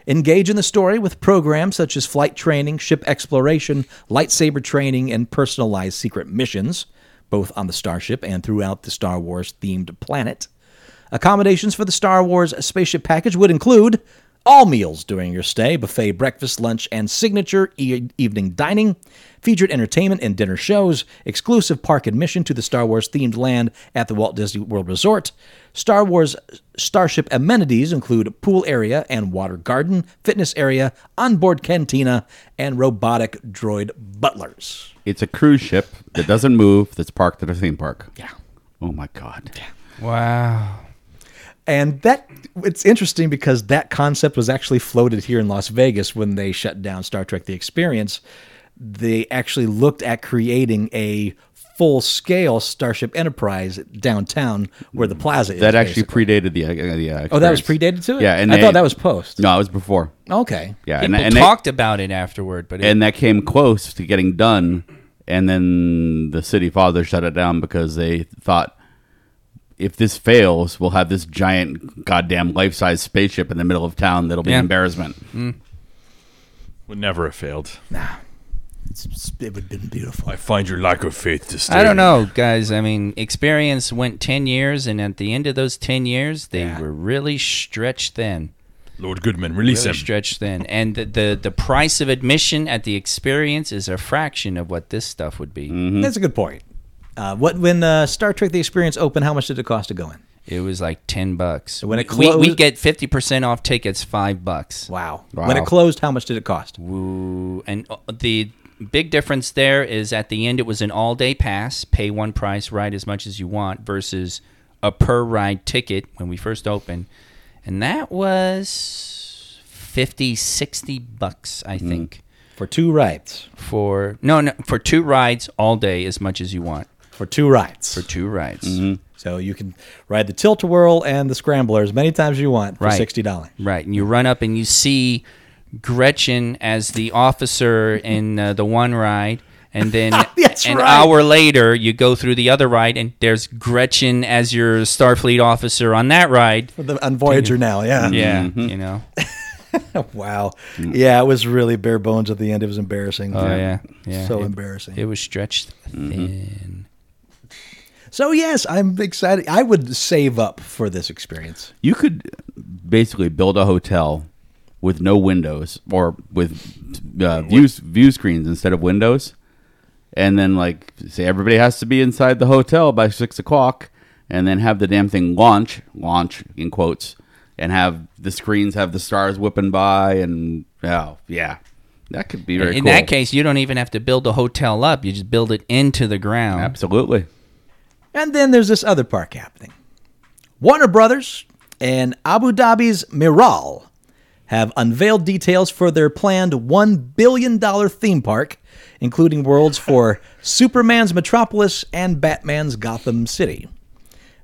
Engage in the story with programs such as flight training, ship exploration, lightsaber training, and personalized secret missions, both on the starship and throughout the Star Wars themed planet. Accommodations for the Star Wars spaceship package would include all meals during your stay, buffet breakfast, lunch, and signature e- evening dining, featured entertainment and dinner shows, exclusive park admission to the Star Wars themed land at the Walt Disney World Resort. Star Wars Starship amenities include pool area and water garden, fitness area, onboard cantina, and robotic droid butlers. It's a cruise ship that doesn't move that's parked at a theme park. Yeah. Oh my god. Wow. And that it's interesting because that concept was actually floated here in Las Vegas when they shut down Star Trek The Experience. They actually looked at creating a full scale Starship Enterprise downtown where the plaza is. That actually basically. predated the uh, the. Uh, Oh, that was experience. predated to it? Yeah, and I they- thought that was post. No, it was before. Okay. Yeah, People and, and they- talked about it afterward, but it, and that came close to getting done and then the city father shut it down because they thought if this fails we'll have this giant goddamn life-size spaceship in the middle of town that'll be Yeah. an embarrassment Would never have failed. It's- It would have been beautiful. I find your lack of faith disturbing. I don't know, guys. I mean, experience went 10 years, and at the end of those 10 years, they were really stretched thin. Lord Goodman, release Really him. stretched thin. And the, the, the price of admission at the experience is a fraction of what this stuff would be. That's a good point. Uh, what when uh, Star Trek The Experience opened? How much did it cost to go in? It was like 10 bucks. when it we, we closed- get 50% off tickets, 5 bucks. Wow. Wow. When it closed, how much did it cost? Woo. And uh, the big difference there is at the end, it was an all day pass, pay one price, ride as much as you want, versus a per ride ticket when we first opened. And that was 50, 60 bucks, I think. for two rides. for no, no for two rides all day as much as you want For two rides. for two rides. so you can ride the Tilt a Whirl and the Scrambler as many times as you want for Right. sixty dollars. Right, and you run up and you see Gretchen as the officer in uh, the one ride, and then That's an right. hour later you go through the other ride, and there's Gretchen as your Starfleet officer on that ride. On Voyager now, yeah. Yeah, you know. Wow. Yeah, it was really bare bones at the end. It was embarrassing. Oh yeah, yeah. So it, embarrassing. It was stretched thin. so yes, I'm excited. I would save up for this experience. You could basically build a hotel with no windows or with uh, view view screens instead of windows, and then like say everybody has to be inside the hotel by six o'clock, and then have the damn thing launch launch in quotes, and have the screens have the stars whipping by, and oh yeah, that could be very In cool. that case, you don't even have to build the hotel up; you just build it into the ground. absolutely. And then there's this other park happening. Warner Brothers and Abu Dhabi's Miral have unveiled details for their planned $1 billion theme park, including worlds for Superman's Metropolis and Batman's Gotham City.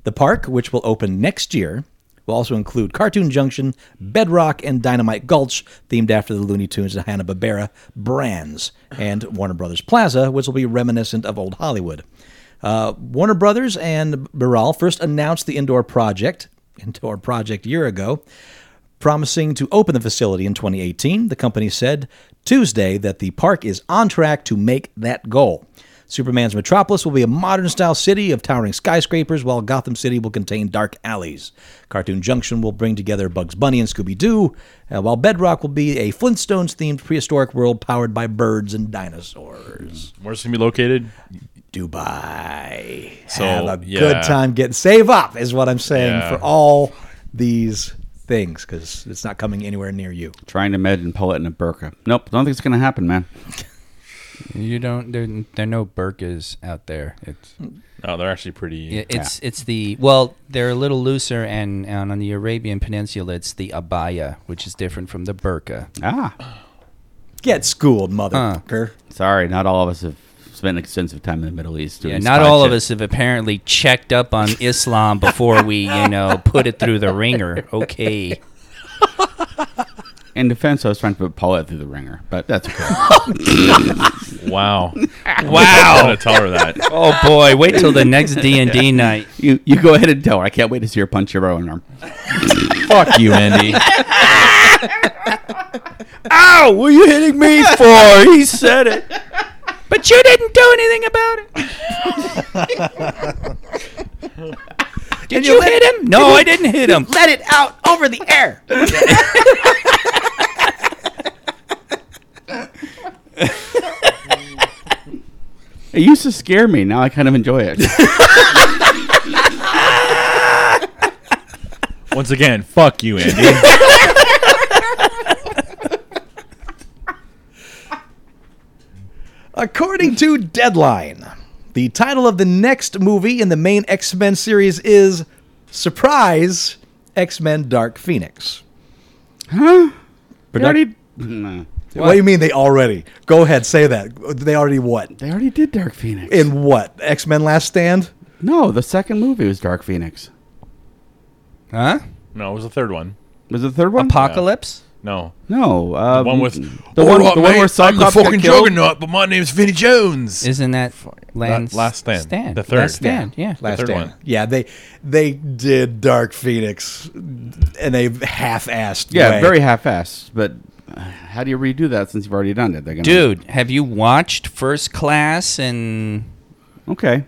The park, which will open next year, will also include Cartoon Junction, Bedrock, and Dynamite Gulch, themed after the Looney Tunes and Hanna-Barbera brands, and Warner Brothers Plaza, which will be reminiscent of old Hollywood. Uh, Warner Brothers and Biral first announced the indoor project, indoor project a year ago, promising to open the facility in 2018. The company said Tuesday that the park is on track to make that goal. Superman's Metropolis will be a modern style city of towering skyscrapers, while Gotham City will contain dark alleys. Cartoon Junction will bring together Bugs Bunny and Scooby Doo, uh, while Bedrock will be a Flintstones themed prehistoric world powered by birds and dinosaurs. Where's it gonna be located? Dubai. So, Have a yeah. good time getting save up, is what I'm saying Yeah. for all these things because it's not coming anywhere near you. Trying to imagine Paulette in a burqa. Nope, don't think it's gonna happen, man. You don't. There, there are no burkas out there. It's Oh, they're actually pretty. Yeah, it's it's the well, they're a little looser, and, and on the Arabian Peninsula, it's the abaya, which is different from the burqa. Ah, Get schooled, motherfucker. sorry, not all of us have spent extensive time in the Middle East. doing Yeah, this not all of podcast. us have apparently checked up on Islam before we, you know, put it through the ringer. Okay, In defense, I was trying to put Paulette through the ringer, but that's okay. Wow. wow. I'm going to tell her that. oh boy, wait till the next D and D night. you you go ahead and tell her. I can't wait to see her punch your own arm. Fuck you, Andy. Ow, what are you hitting me for? He said it, but you didn't do anything about it. Did you hit him? No, I didn't hit him. Let it out over the air. It used to scare me. Now I kind of enjoy it. Once again, fuck you, Andy. According to Deadline, the title of the next movie in the main X Men series is Surprise X Men Dark Phoenix. They already, Nah. What? do you mean they already? Go ahead, say that. They already what? they already did Dark Phoenix. In what? X Men Last Stand? no, the second movie was Dark Phoenix. Huh? No, it was the third one. Was it the third one? Apocalypse? No. no, The uh, one with. Oh, the one, the one where I'm the Cyclops fucking got killed. juggernaut, but my name's Vinny Jones. Isn't that Lance? Last Stand. The third. Last stand. Yeah. The third one. Yeah, they they did Dark Phoenix in a half-assed Yeah, way. very half-assed. But uh, how do you redo that since you've already done it? They're gonna- Dude, have you watched First Class and Okay.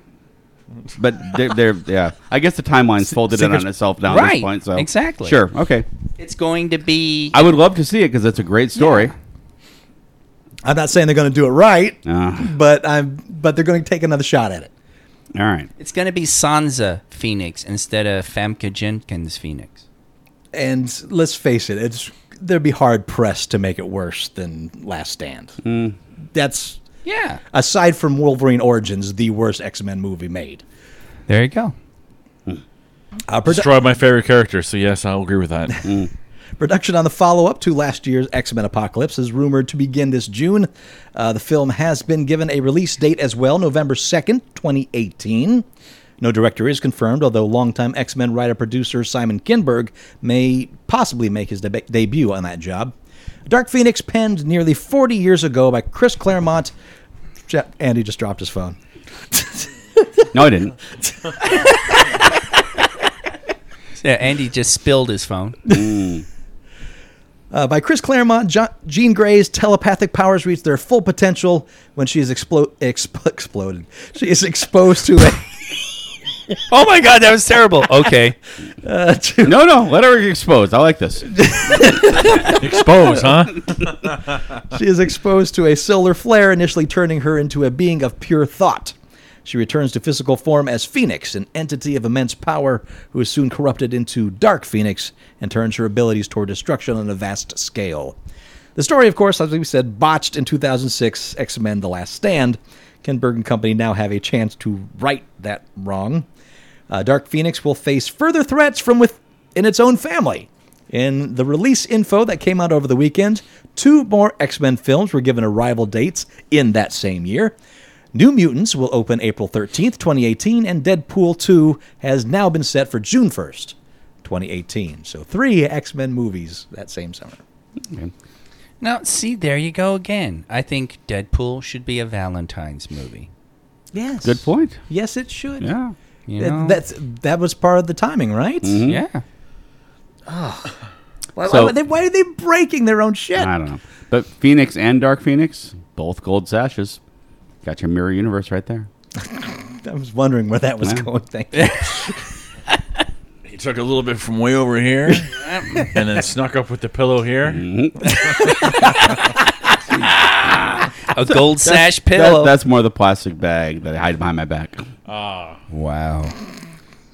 But they're, they're yeah. I guess the timeline's folded in on itself now at Right, this point. So exactly. Sure. Okay. it's going to be I would love to see it because it's a great story. I'm not saying they're going to do it right, Uh, but I'm but they're going to take another shot at it. all right. it's going to be Sansa Phoenix instead of Famke Jenkins Phoenix. And let's face it, it's they'd be hard pressed to make it worse than Last Stand. Hmm. That's Yeah. aside from Wolverine Origins, the worst X-Men movie made. There you go. Uh, produ- Destroyed my favorite character, so yes, I'll agree with that. Production on the follow up to last year's X Men Apocalypse is rumored to begin this June. Uh, the film has been given a release date as well, November 2nd, 2018. No director is confirmed, although longtime X Men writer producer Simon Kinberg may possibly make his deb- debut on that job. Dark Phoenix, penned nearly 40 years ago by Chris Claremont. Ja- Andy just dropped his phone. No, I didn't. Yeah, Andy just spilled his phone. Uh, by Chris Claremont, jo- Jean Grey's telepathic powers reach their full potential when she is explo- exp- exploded. She is exposed to a oh my god, that was terrible. Okay. uh, to No, no. Let her expose. I like this. Expose, huh? She is exposed to a solar flare, initially turning her into a being of pure thought. She returns to physical form as Phoenix, an entity of immense power who is soon corrupted into Dark Phoenix and turns her abilities toward destruction on a vast scale. The story, of course, as we said, botched in 2006 X Men The Last Stand. Kinberg and Company now have a chance to right that wrong. Uh, Dark Phoenix will face further threats from within its own family. In the release info that came out over the weekend, two more X Men films were given arrival dates in that same year. New Mutants will open April 13th, 2018, and Deadpool 2 has now been set for June 1st, 2018. So, three X Men movies that same summer. Now, see, there you go again. I think Deadpool should be a Valentine's movie. Yes. Good point. Yes, it should. Yeah. You That- know? that's, that was part of the timing, right? yeah. Why, Mm-hmm. So- why, why are they breaking their own shit? I don't know. But Phoenix and Dark Phoenix, both gold sashes. Got your mirror universe right there. I was wondering where that was Yeah. going. Thank you. He took a little bit from way over here, and then snuck up with the pillow here. A gold sash That, pillow. that's more the plastic bag that I hide behind my back. wow.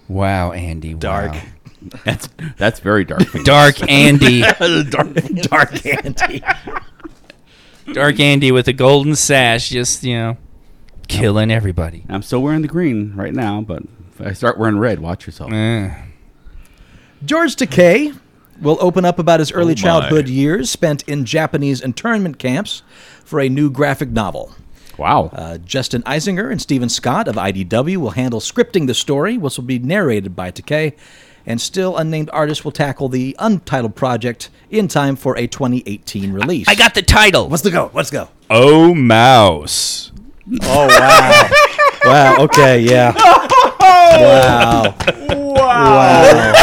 Wow, Andy. wow. Dark. That's that's very dark. Phoenix. Dark Andy. Dark Andy. Dark Andy with a golden sash, just, you know, killing everybody. I'm still wearing the green right now, but if I start wearing red, watch yourself. Eh. George Takei will open up about his early Oh my. childhood years spent in Japanese internment camps for a new graphic novel. Wow. Uh, Justin Isinger and Stephen Scott of IDW will handle scripting the story, which will be narrated by Takei, and still unnamed artist will tackle the untitled project in time for a 2018 release. I got the title. Let's go. Let's go. Oh, Mouse. Oh wow! wow. Okay. Yeah. Wow. Wow.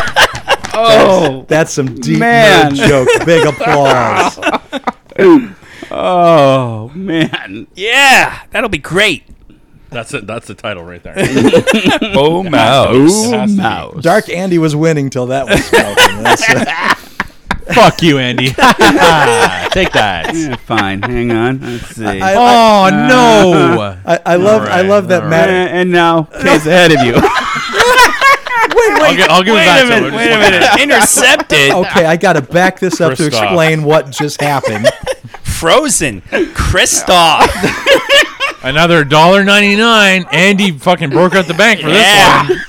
oh, That's some deep Man. nerd joke. Big applause. oh man. Yeah, that'll be great. That's it. That's the title right there. Oh, Mouse. has to be. mouse. Dark Andy was winning till that was spoken. That's, uh, Fuck you, Andy. Ah. Take that. Yeah, Eh, fine. Hang on. Let's see. I, I, Oh no. I, I love I Alright, love that Eh, Matt. and now, Kay's ahead of you. I'll, give, I'll give it Wait back a to him. minute. Just Wait a one minute. Intercepted. Okay, I got to back this up to Kristoff. explain what just happened. Frozen. Kristoff. Another dollar ninety nine. Andy fucking broke out the bank for Yeah. this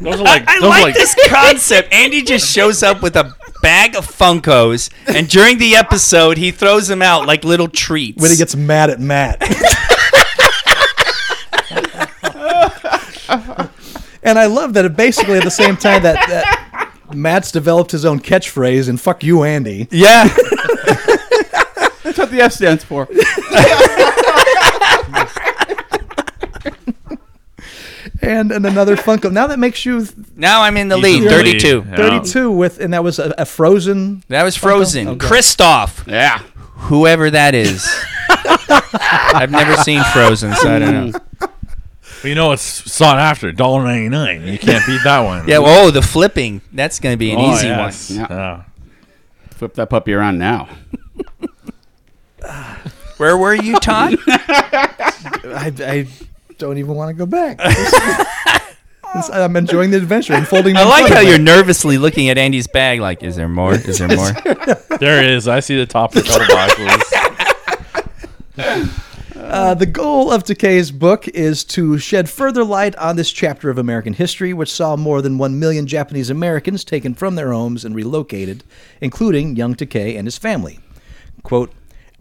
Those are like. I those are like like. this concept. Andy just shows up with a bag of Funkos, and during the episode, he throws them out like little treats. When he gets mad at Matt. and I love that it basically at the same time that, that Matt's developed his own catchphrase and fuck you, Andy. yeah. That's what the F stands for. And, and another Funko. Now that makes you now I'm in the lead, the 32. Yeah. 32 with, and that was a, a frozen. That was Frozen. Kristoff, Yeah. whoever that is. I've never seen Frozen, so I don't know. You know it's sought after. Dollar ninety nine. You can't beat that one. Yeah, well, oh, the flipping. That's going to be an Oh, easy yes. one. Yeah. Flip that puppy around now. one. Where were you, Todd? I, I don't even want to go back. This- I'm enjoying the adventure and folding. I like how you're nervously looking at Andy's bag like, is there more? Is there more? There it is. I see the top of the double box. Uh, the goal of Takei's book is to shed further light on this chapter of American history, which saw more than one million Japanese Americans taken from their homes and relocated, including young Takei and his family. Quote,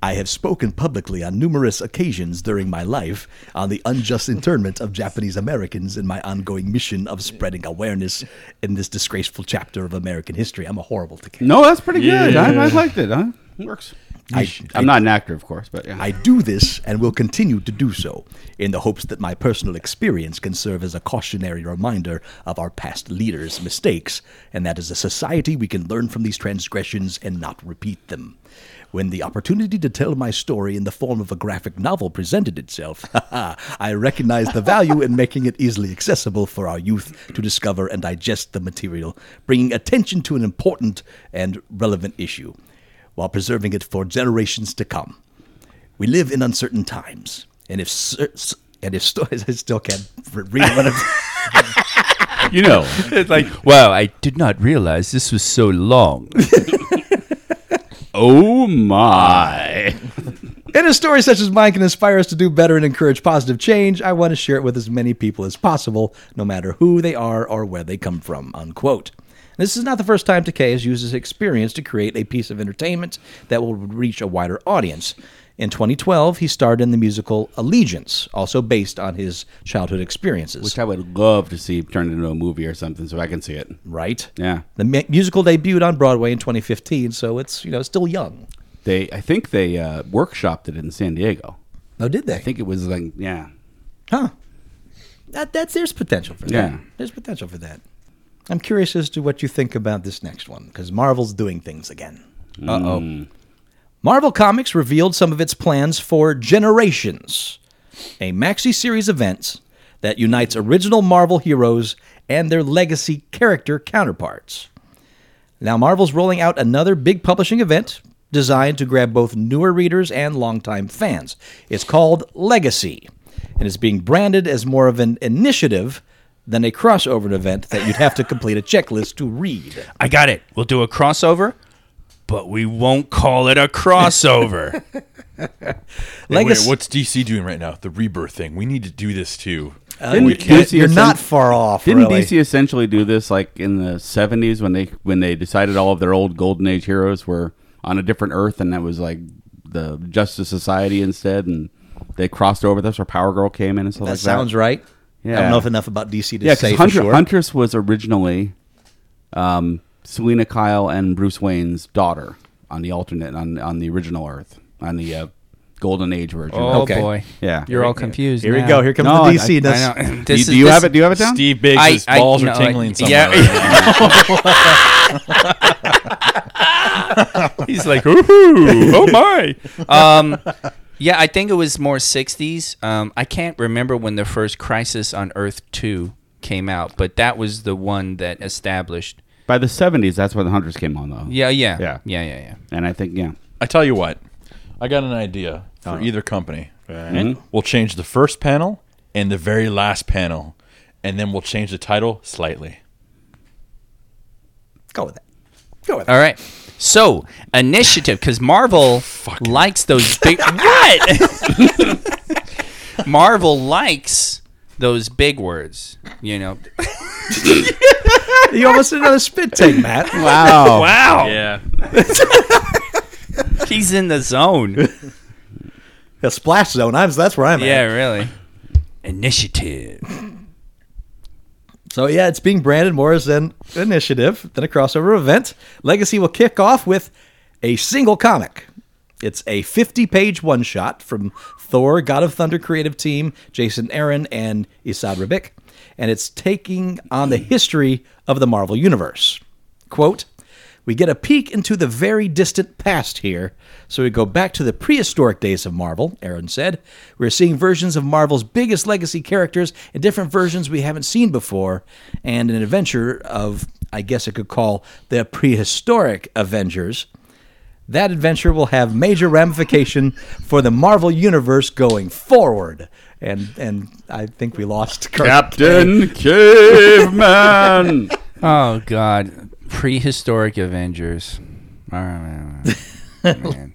I have spoken publicly on numerous occasions during my life on the unjust internment of Japanese Americans and my ongoing mission of spreading awareness in this disgraceful chapter of American history. I'm a horrible Takei. No, that's pretty good. I, I Yeah. liked it. Huh? It works. I- I, am not an actor, of course, but yeah. I do this and will continue to do so in the hopes that my personal experience can serve as a cautionary reminder of our past leaders' mistakes, and that as a society we can learn from these transgressions and not repeat them. When the opportunity to tell my story in the form of a graphic novel presented itself, I recognized the value in making it easily accessible for our youth to discover and digest the material, bringing attention to an important and relevant issue, while preserving it for generations to come. We live in uncertain times, and if cer- s- and if sto- I still can't re- read one of you know, It's like, wow, I did not realize this was so long. oh my! And a story such as mine can inspire us to do better and encourage positive change. I want to share it with as many people as possible, no matter who they are or where they come from. Unquote. This is not the first time Takei has used his experience to create a piece of entertainment that will reach a wider audience. In 2012, he starred in the musical Allegiance, also based on his childhood experiences. Which I would love to see turned into a movie or something, so I can see it. right? Yeah. The mu- musical debuted on Broadway in 2015, so it's you know still young. They, I think they uh, workshopped it in San Diego. Oh, did they? I think it was like, yeah, Huh. That that's there's potential for that. Yeah. There's potential for that. I'm curious as to what you think about this next one because Marvel's doing things again. Uh oh. Mm. Marvel Comics revealed some of its plans for Generations, a maxi series event that unites original Marvel heroes and their legacy character counterparts. Now, Marvel's rolling out another big publishing event designed to grab both newer readers and longtime fans. It's called Legacy, and it's being branded as more of an initiative than a crossover event that you'd have to complete a checklist to read. I got it. We'll do a crossover, but we won't call it a crossover. Hey, wait, Legacy. what's DC doing right now? The rebirth thing. We need to do this too. Didn't we DC uh, You're essen- not far off. Didn't really. DC essentially do this like in the seventies when they when they decided all of their old Golden Age heroes were on a different Earth and that was like the Justice Society instead, and they crossed over. That's where Power Girl came in and stuff That like sounds that. right. I Yeah. don't know if enough about DC to Yeah, say because for Hunter, sure. Huntress was originally um, Selena Kyle and Bruce Wayne's daughter on the alternate on on the original Earth on the uh, Golden Age version. Oh Okay. boy. Yeah. You're all confused. Here we now. go. Here comes No, the I- DC. -ness. I know. Do, This do is- you this- have it? Do you have it down? Steve Biggs' I- I- balls no, are tingling somewhere. yeah. He's like, ooh, oh my. Um, yeah, I think it was more 60s. Um, I can't remember when the first Crisis on Earth 2 came out, but that was the one that established. By the seventies, that's when the Hunters came on though. Yeah, yeah. Yeah. Yeah, yeah, yeah. and I think yeah. I tell you what, I got an idea for either company. Mm-hmm. We'll change the first panel and the very last panel, and then we'll change the title slightly. Go with that. Go with that. All right. So, initiative, because Marvel likes those big. what? Marvel likes those big words, you know. You almost did another spit take, Matt. Oh. Wow. Wow. Yeah. He's in the zone. The splash zone. I'm, that's where I'm yeah, at. really. Initiative. So yeah, it's being branded more as an initiative than a crossover event. Legacy will kick off with a single comic. It's a 50-page one-shot from Thor, God of Thunder creative team, Jason Aaron and Isad Rabik, and it's taking on the history of the Marvel Universe. Quote, we get a peek into the very distant past here, so we go back to the prehistoric days of Marvel, Aaron said. We're seeing versions of Marvel's biggest legacy characters and different versions we haven't seen before, and an adventure of, I guess I could call, the prehistoric Avengers. That adventure will have major ramification for the Marvel universe going forward. And and I think we lost Kurt. Captain Caveman. Oh God, prehistoric Avengers. All right, all right, all right. Man.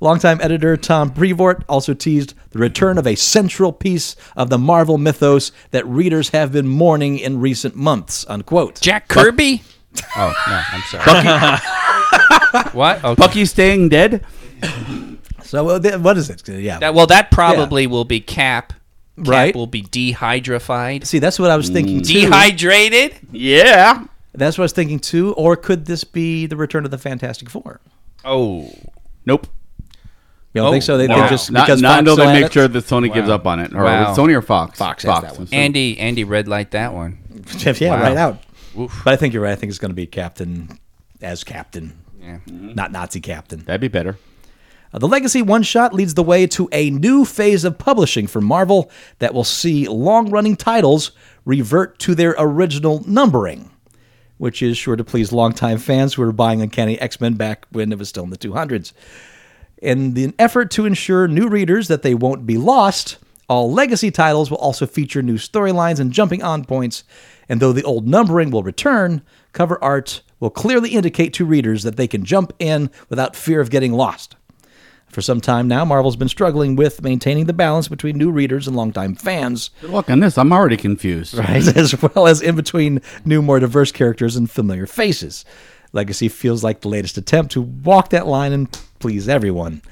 Longtime editor Tom Brevoort also teased the return of a central piece of the Marvel mythos that readers have been mourning in recent months. Unquote. Jack Kirby? Oh no, I'm sorry. What? Okay. Bucky staying dead. So uh, th- what is it? Yeah. That, well, that probably will be Cap. Cap Right. will be dehydrified. See, that's what I was thinking Mm. too. Dehydrated? Yeah. That's what I was thinking too. Or could this be the return of the Fantastic Four? Oh. Nope. You don't think so? They, they wow. just Oh, Not, because not Fox until they still had make it? sure that Sony gives up on it. Or Wow. Sony or Fox. Fox has that one. Andy, Andy, red light that one. yeah, Wow. right out. But I think you're right. I think it's going to be Captain as Captain, not Nazi Captain. That'd be better. Uh, the Legacy One Shot leads the way to a new phase of publishing for Marvel that will see long running titles revert to their original numbering, which is sure to please longtime fans who were buying Uncanny X Men back when it was still in the 200s. In the effort to ensure new readers that they won't be lost, all legacy titles will also feature new storylines and jumping on points. And though the old numbering will return, cover art will clearly indicate to readers that they can jump in without fear of getting lost. For some time now, Marvel's been struggling with maintaining the balance between new readers and longtime fans, Good luck on this. I'm already confused. as well as in between new, more diverse characters and familiar faces. Legacy feels like the latest attempt to walk that line and please everyone.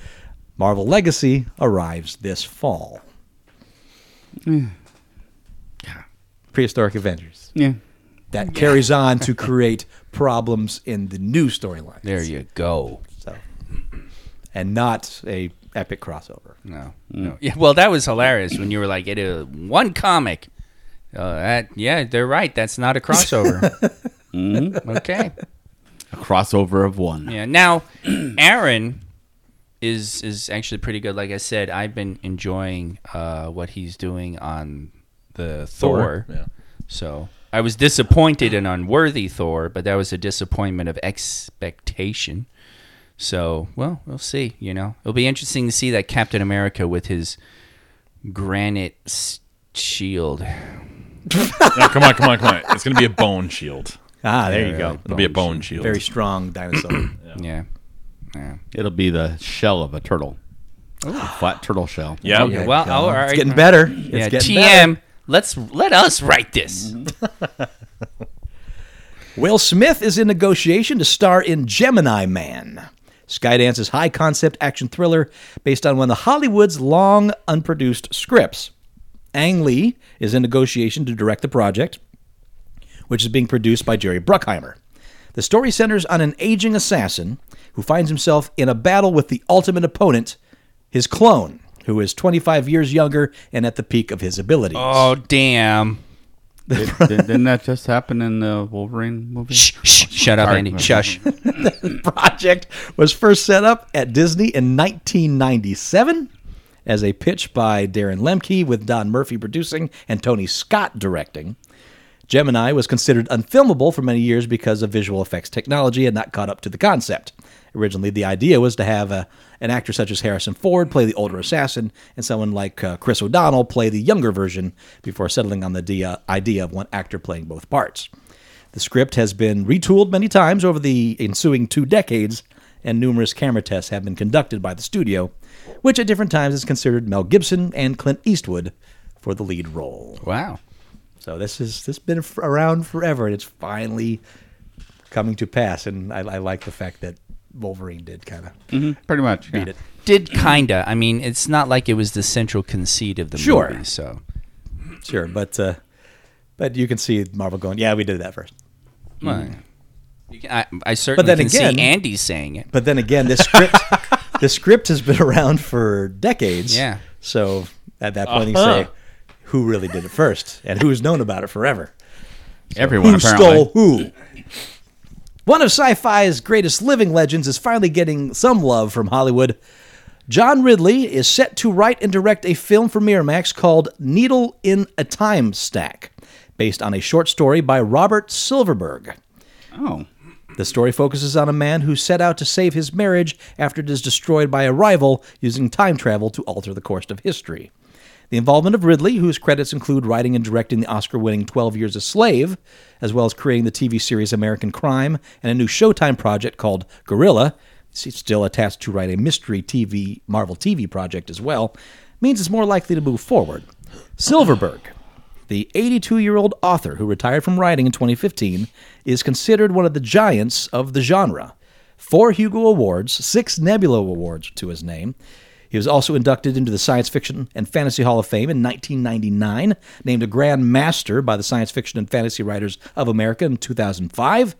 Marvel Legacy arrives this fall. Prehistoric Avengers. Yeah. That carries on to create problems in the new storyline. There you go. So, and not a epic crossover. No, Mm. no. Yeah, well, that was hilarious when you were like, "It is one comic." Uh, that, yeah, they're right. That's not a crossover. Mm-hmm. Okay. A crossover of one. Yeah. Now, Aaron is is actually pretty good. Like I said, I've been enjoying uh, what he's doing on the Thor. Yeah. So I was disappointed in unworthy Thor, but that was a disappointment of expectation. So well, we'll see. You know, it'll be interesting to see that Captain America with his granite s- shield. No, come on, come on, come on. It's gonna be a bone shield. Ah, there you go. It'll be a bone shield. Very strong dinosaur. Yeah. It'll be the shell of a turtle. A flat turtle shell. yeah. Okay, well, all right. It's getting better. It's Yeah, getting Mm-hmm. TM. Let's let us write this. Will Smith is in negotiation to star in Gemini Man. Skydance's high concept action thriller based on one of Hollywood's long unproduced scripts. Ang Lee is in negotiation to direct the project, which is being produced by Jerry Bruckheimer. The story centers on an aging assassin who finds himself in a battle with the ultimate opponent, his clone, who is 25 years younger and at the peak of his abilities. Oh damn! Did, did, didn't that just happen in the Wolverine movie? Shh, shh, shut up, Andy. Shush. project was first set up at Disney in 1997 as a pitch by Darren Lemke with Don Murphy producing and Tony Scott directing. Gemini was considered unfilmable for many years because of visual effects technology had not caught up to the concept. Originally, the idea was to have a, an actor such as Harrison Ford play the older assassin and someone like uh, Chris O'Donnell play the younger version before settling on the dia- idea of one actor playing both parts. The script has been retooled many times over the ensuing two decades, and numerous camera tests have been conducted by the studio, which at different times has considered Mel Gibson and Clint Eastwood for the lead role. Wow. So this is this has been f- around forever, and it's finally coming to pass. And I, I like the fact that Wolverine did kind of Pretty much. yeah. it. Did kinda. I mean, it's not like it was the central conceit of the Sure. movie. So sure, but uh, but you can see Marvel going, yeah, we did that first. Well, Mm. you can- I, I certainly then can again- see Andy saying it. But then again, this script the script has been around for decades. Yeah. So at that point, you say, who really did it first, and who's known about it forever? Everyone who apparently. stole who? One of sci-fi's greatest living legends is finally getting some love from Hollywood. John Ridley is set to write and direct a film for Miramax called Needle in a Time Stack, based on a short story by Robert Silverberg. Oh. The story focuses on a man who set out to save his marriage after it is destroyed by a rival using time travel to alter the course of history. The involvement of Ridley, whose credits include writing and directing the Oscar winning 12 Years a Slave, as well as creating the TV series American Crime and a new Showtime project called Gorilla, s- still attached to write a mystery TV Marvel TV project as well, means it's more likely to move forward. Silverberg, the 82-year-old author who retired from writing in 2015, is considered one of the giants of the genre. Four Hugo Awards, six Nebula Awards to his name. He was also inducted into the Science Fiction and Fantasy Hall of Fame in 1999, named a Grand Master by the Science Fiction and Fantasy Writers of America in 2005.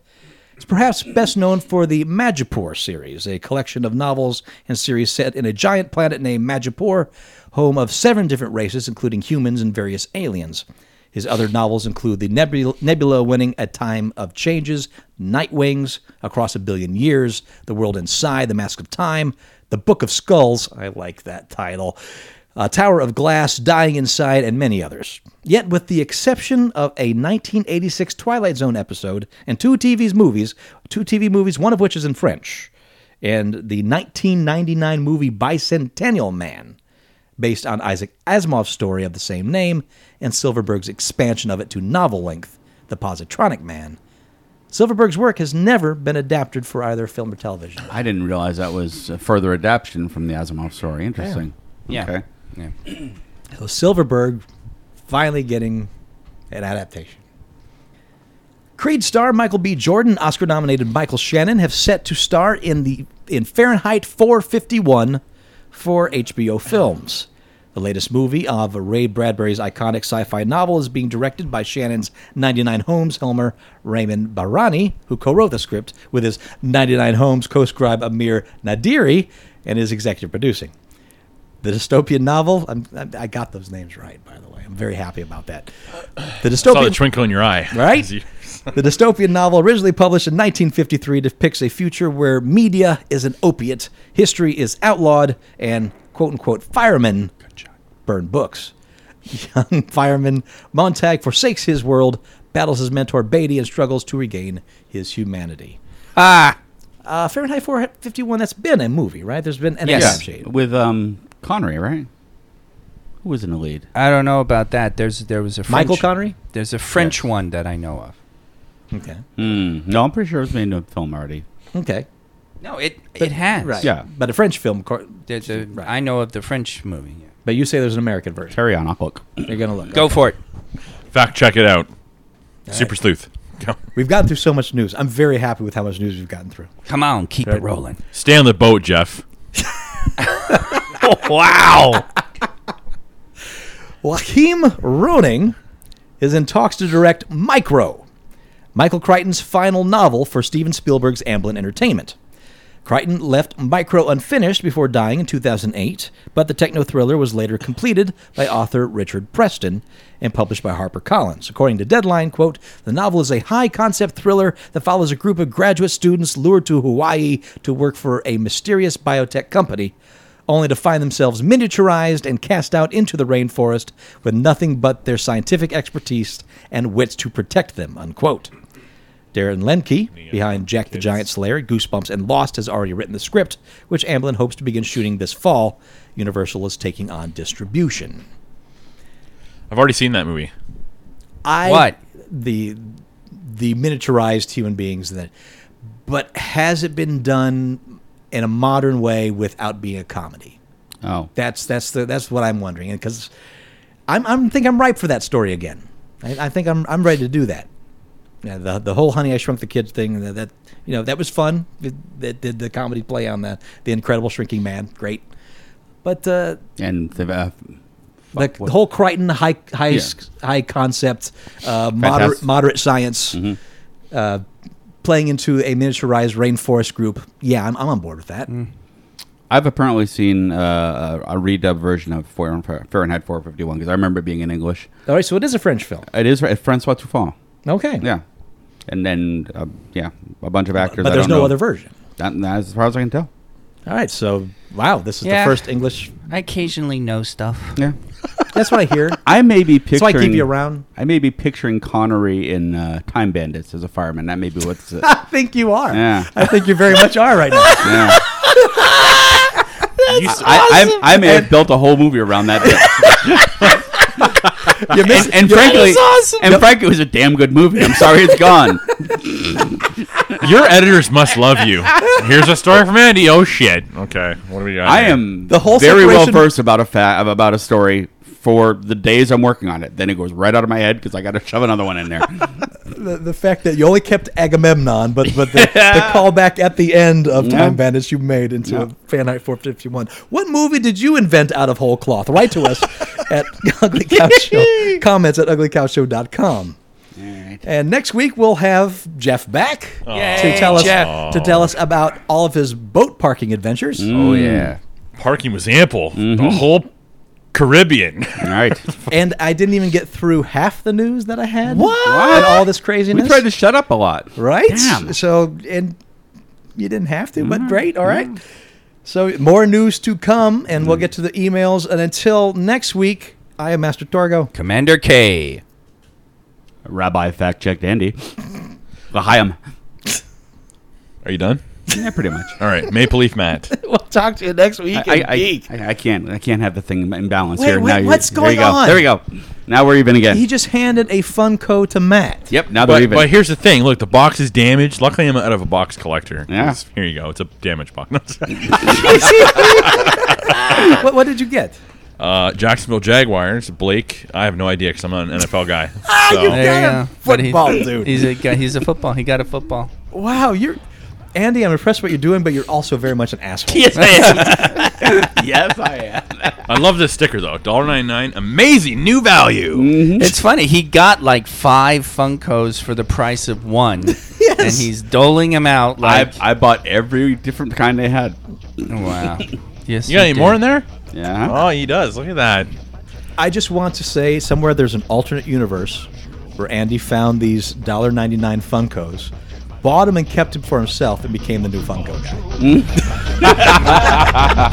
He's perhaps best known for the Magipur series, a collection of novels and series set in a giant planet named Magipur, home of seven different races, including humans and various aliens. His other novels include the nebula, nebula winning A Time of Changes, Night Wings, Across a Billion Years, The World Inside, The Mask of Time, The Book of Skulls, I like that title, uh, Tower of Glass, Dying Inside, and many others. Yet, with the exception of a 1986 Twilight Zone episode and two TV's movies, two TV movies, one of which is in French, and the 1999 movie Bicentennial Man, based on Isaac Asimov's story of the same name and Silverberg's expansion of it to novel length, The Positronic Man. Silverberg's work has never been adapted for either film or television. I didn't realize that was a further adaptation from the Asimov story. Interesting. Yeah. Okay. So Silverberg finally getting an adaptation. Creed star Michael B. Jordan, Oscar-nominated Michael Shannon have set to star in the in Fahrenheit 451 for HBO Films. The latest movie of Ray Bradbury's iconic sci-fi novel is being directed by Shannon's 99 Homes Helmer Raymond Barani, who co-wrote the script with his 99 Homes co-scribe Amir Nadiri and is executive producing the dystopian novel. I'm, I I got those names right, by the way. I'm very happy about that. The Saw the dystopian, twinkle in your eye. right? As you- the dystopian novel, originally published in 1953, depicts a future where media is an opiate, history is outlawed, and quote unquote firemen burn books. Young fireman Montag forsakes his world, battles his mentor Beatty, and struggles to regain his humanity. Ah. Uh, Fahrenheit 451, that's been a movie, right? There's been an Yes. adaptation. With um, Connery, right? Who was in the lead? I don't know about that. There's there was a French, Michael Connery? There's a French one that I know of. Okay. Mm. No, I'm pretty sure it was made into a film already. Okay. No, it it has. Right. Yeah. But a French film. cor- There's a, Right. I know of the French movie. yeah. But you say there's an American version. Carry on, I'll look. You're going to look. Go for it. Fact check it out. Super sleuth. Go. We've gotten through so much news. I'm very happy with how much news we've gotten through. Come on, keep it rolling. Stay on the boat, Jeff. wow. Joachim Roning is in talks to direct Micro, Michael Crichton's final novel for Steven Spielberg's Amblin Entertainment. Crichton left Micro unfinished before dying in 2008, but the techno thriller was later completed by author Richard Preston and published by HarperCollins. According to Deadline, quote, the novel is a high concept thriller that follows a group of graduate students lured to Hawaii to work for a mysterious biotech company, only to find themselves miniaturized and cast out into the rainforest with nothing but their scientific expertise and wits to protect them, unquote. Darren Lemke, behind Jack the Giant Slayer, Goosebumps, and Lost, has already written the script, which Amblin hopes to begin shooting this fall. Universal is taking on distribution. I've already seen that movie. I What? the the miniaturized human beings that, but has it been done in a modern way without being a comedy? Oh. That's that's the that's what I'm wondering because I'm I'm think I'm ripe for that story again. I, I think I'm I'm ready to do that. Yeah, the the whole Honey I Shrunk the Kids thing that, that you know that was fun. It, that did the comedy play on that the Incredible Shrinking Man, great. But uh, And the, uh, the, what- the whole Crichton high high s- high concept, uh, moderate Fantastic. Mm-hmm. moderate science, uh, playing into a miniaturized rainforest group. Yeah, I'm I'm on board with that. Mm. I've apparently seen uh, a, a redub version of Four- Fahrenheit 451 because I remember it being in English. All right, so it is a French film. It is it's Francois Truffaut. Okay, Yeah. And then, uh, yeah, a bunch of actors. but I there's don't no know. other version. That, that's as far as I can tell. All right, so wow, this is Yeah. the first English. I occasionally know stuff. Yeah. That's what I hear. I may be picturing. That's why I keep you around. I may be picturing Connery in uh, Time Bandits as a fireman. That may be what's. Uh, I think you are. Yeah. I think you very much are right now. yeah. I, I, I may have built a whole movie around that. You missed, And you- frankly, awesome. and frankly, it was a damn good movie. I'm sorry it's gone. Your editors must love you. Here's a story from Andy. Oh shit. Okay. What do we got? I here? am The whole very well separation- versed about a fa- about a story for the days I'm working on it. Then it goes right out of my head because I got to shove another one in there. the, the fact that you only kept Agamemnon, but but the, the callback at the end of Time Bandits you made into a Fahrenheit 451. What movie did you invent out of whole cloth? Write to us at Ugly Couch Show. Comments at uglycouchshow.com. And next week we'll have Jeff back Yay, to tell us Jeff. to tell us about all of his boat parking adventures. oh yeah. Parking was ample. Mm-hmm. The whole Caribbean. Mm. All right. And I didn't even get through half the news that I had. And all this we craziness. tried to shut up a lot. Right? Damn. So, and you didn't have to, but great. All right. So, more news to come, and we'll get to the emails. And until next week, I am Master Torgo. Commander K. Rabbi fact checked Andy. Lahayim. Are you done? Yeah, pretty much. All right, Maple Leaf Matt. We'll talk to you next week. I, I, I, I can't. I can't have the thing in balance Wait, here. wait, now you're- what's there you going go. on? There we go. Now we're even again. he just handed a Funko to Matt. yep. Now they're But, even. but here's the thing. Look, the box is damaged. Luckily, I'm out of a box collector. Yeah. It's- Here you go. It's a damaged box. What, what did you get? uh, Jacksonville Jaguars. Blake. I have no idea because I'm not an NFL guy. Ah, So- There Got you him. go. Football, dude. He's a guy, he's a football. He got a football. Wow, you're. Andy, I'm impressed what you're doing, but you're also very much an asshole. yes, I am. yes, I am. I love this sticker though. $1.99. Amazing new value. Mm-hmm. It's funny. He got like five Funkos for the price of one, and he's doling them out I, like I bought every different kind they had. wow. Yes, You got any more in there? Yeah. Oh, he does. Look at that. I just want to say somewhere there's an alternate universe where Andy found these $1.99 Funkos, bought them and kept them for himself, and became the new Funko guy.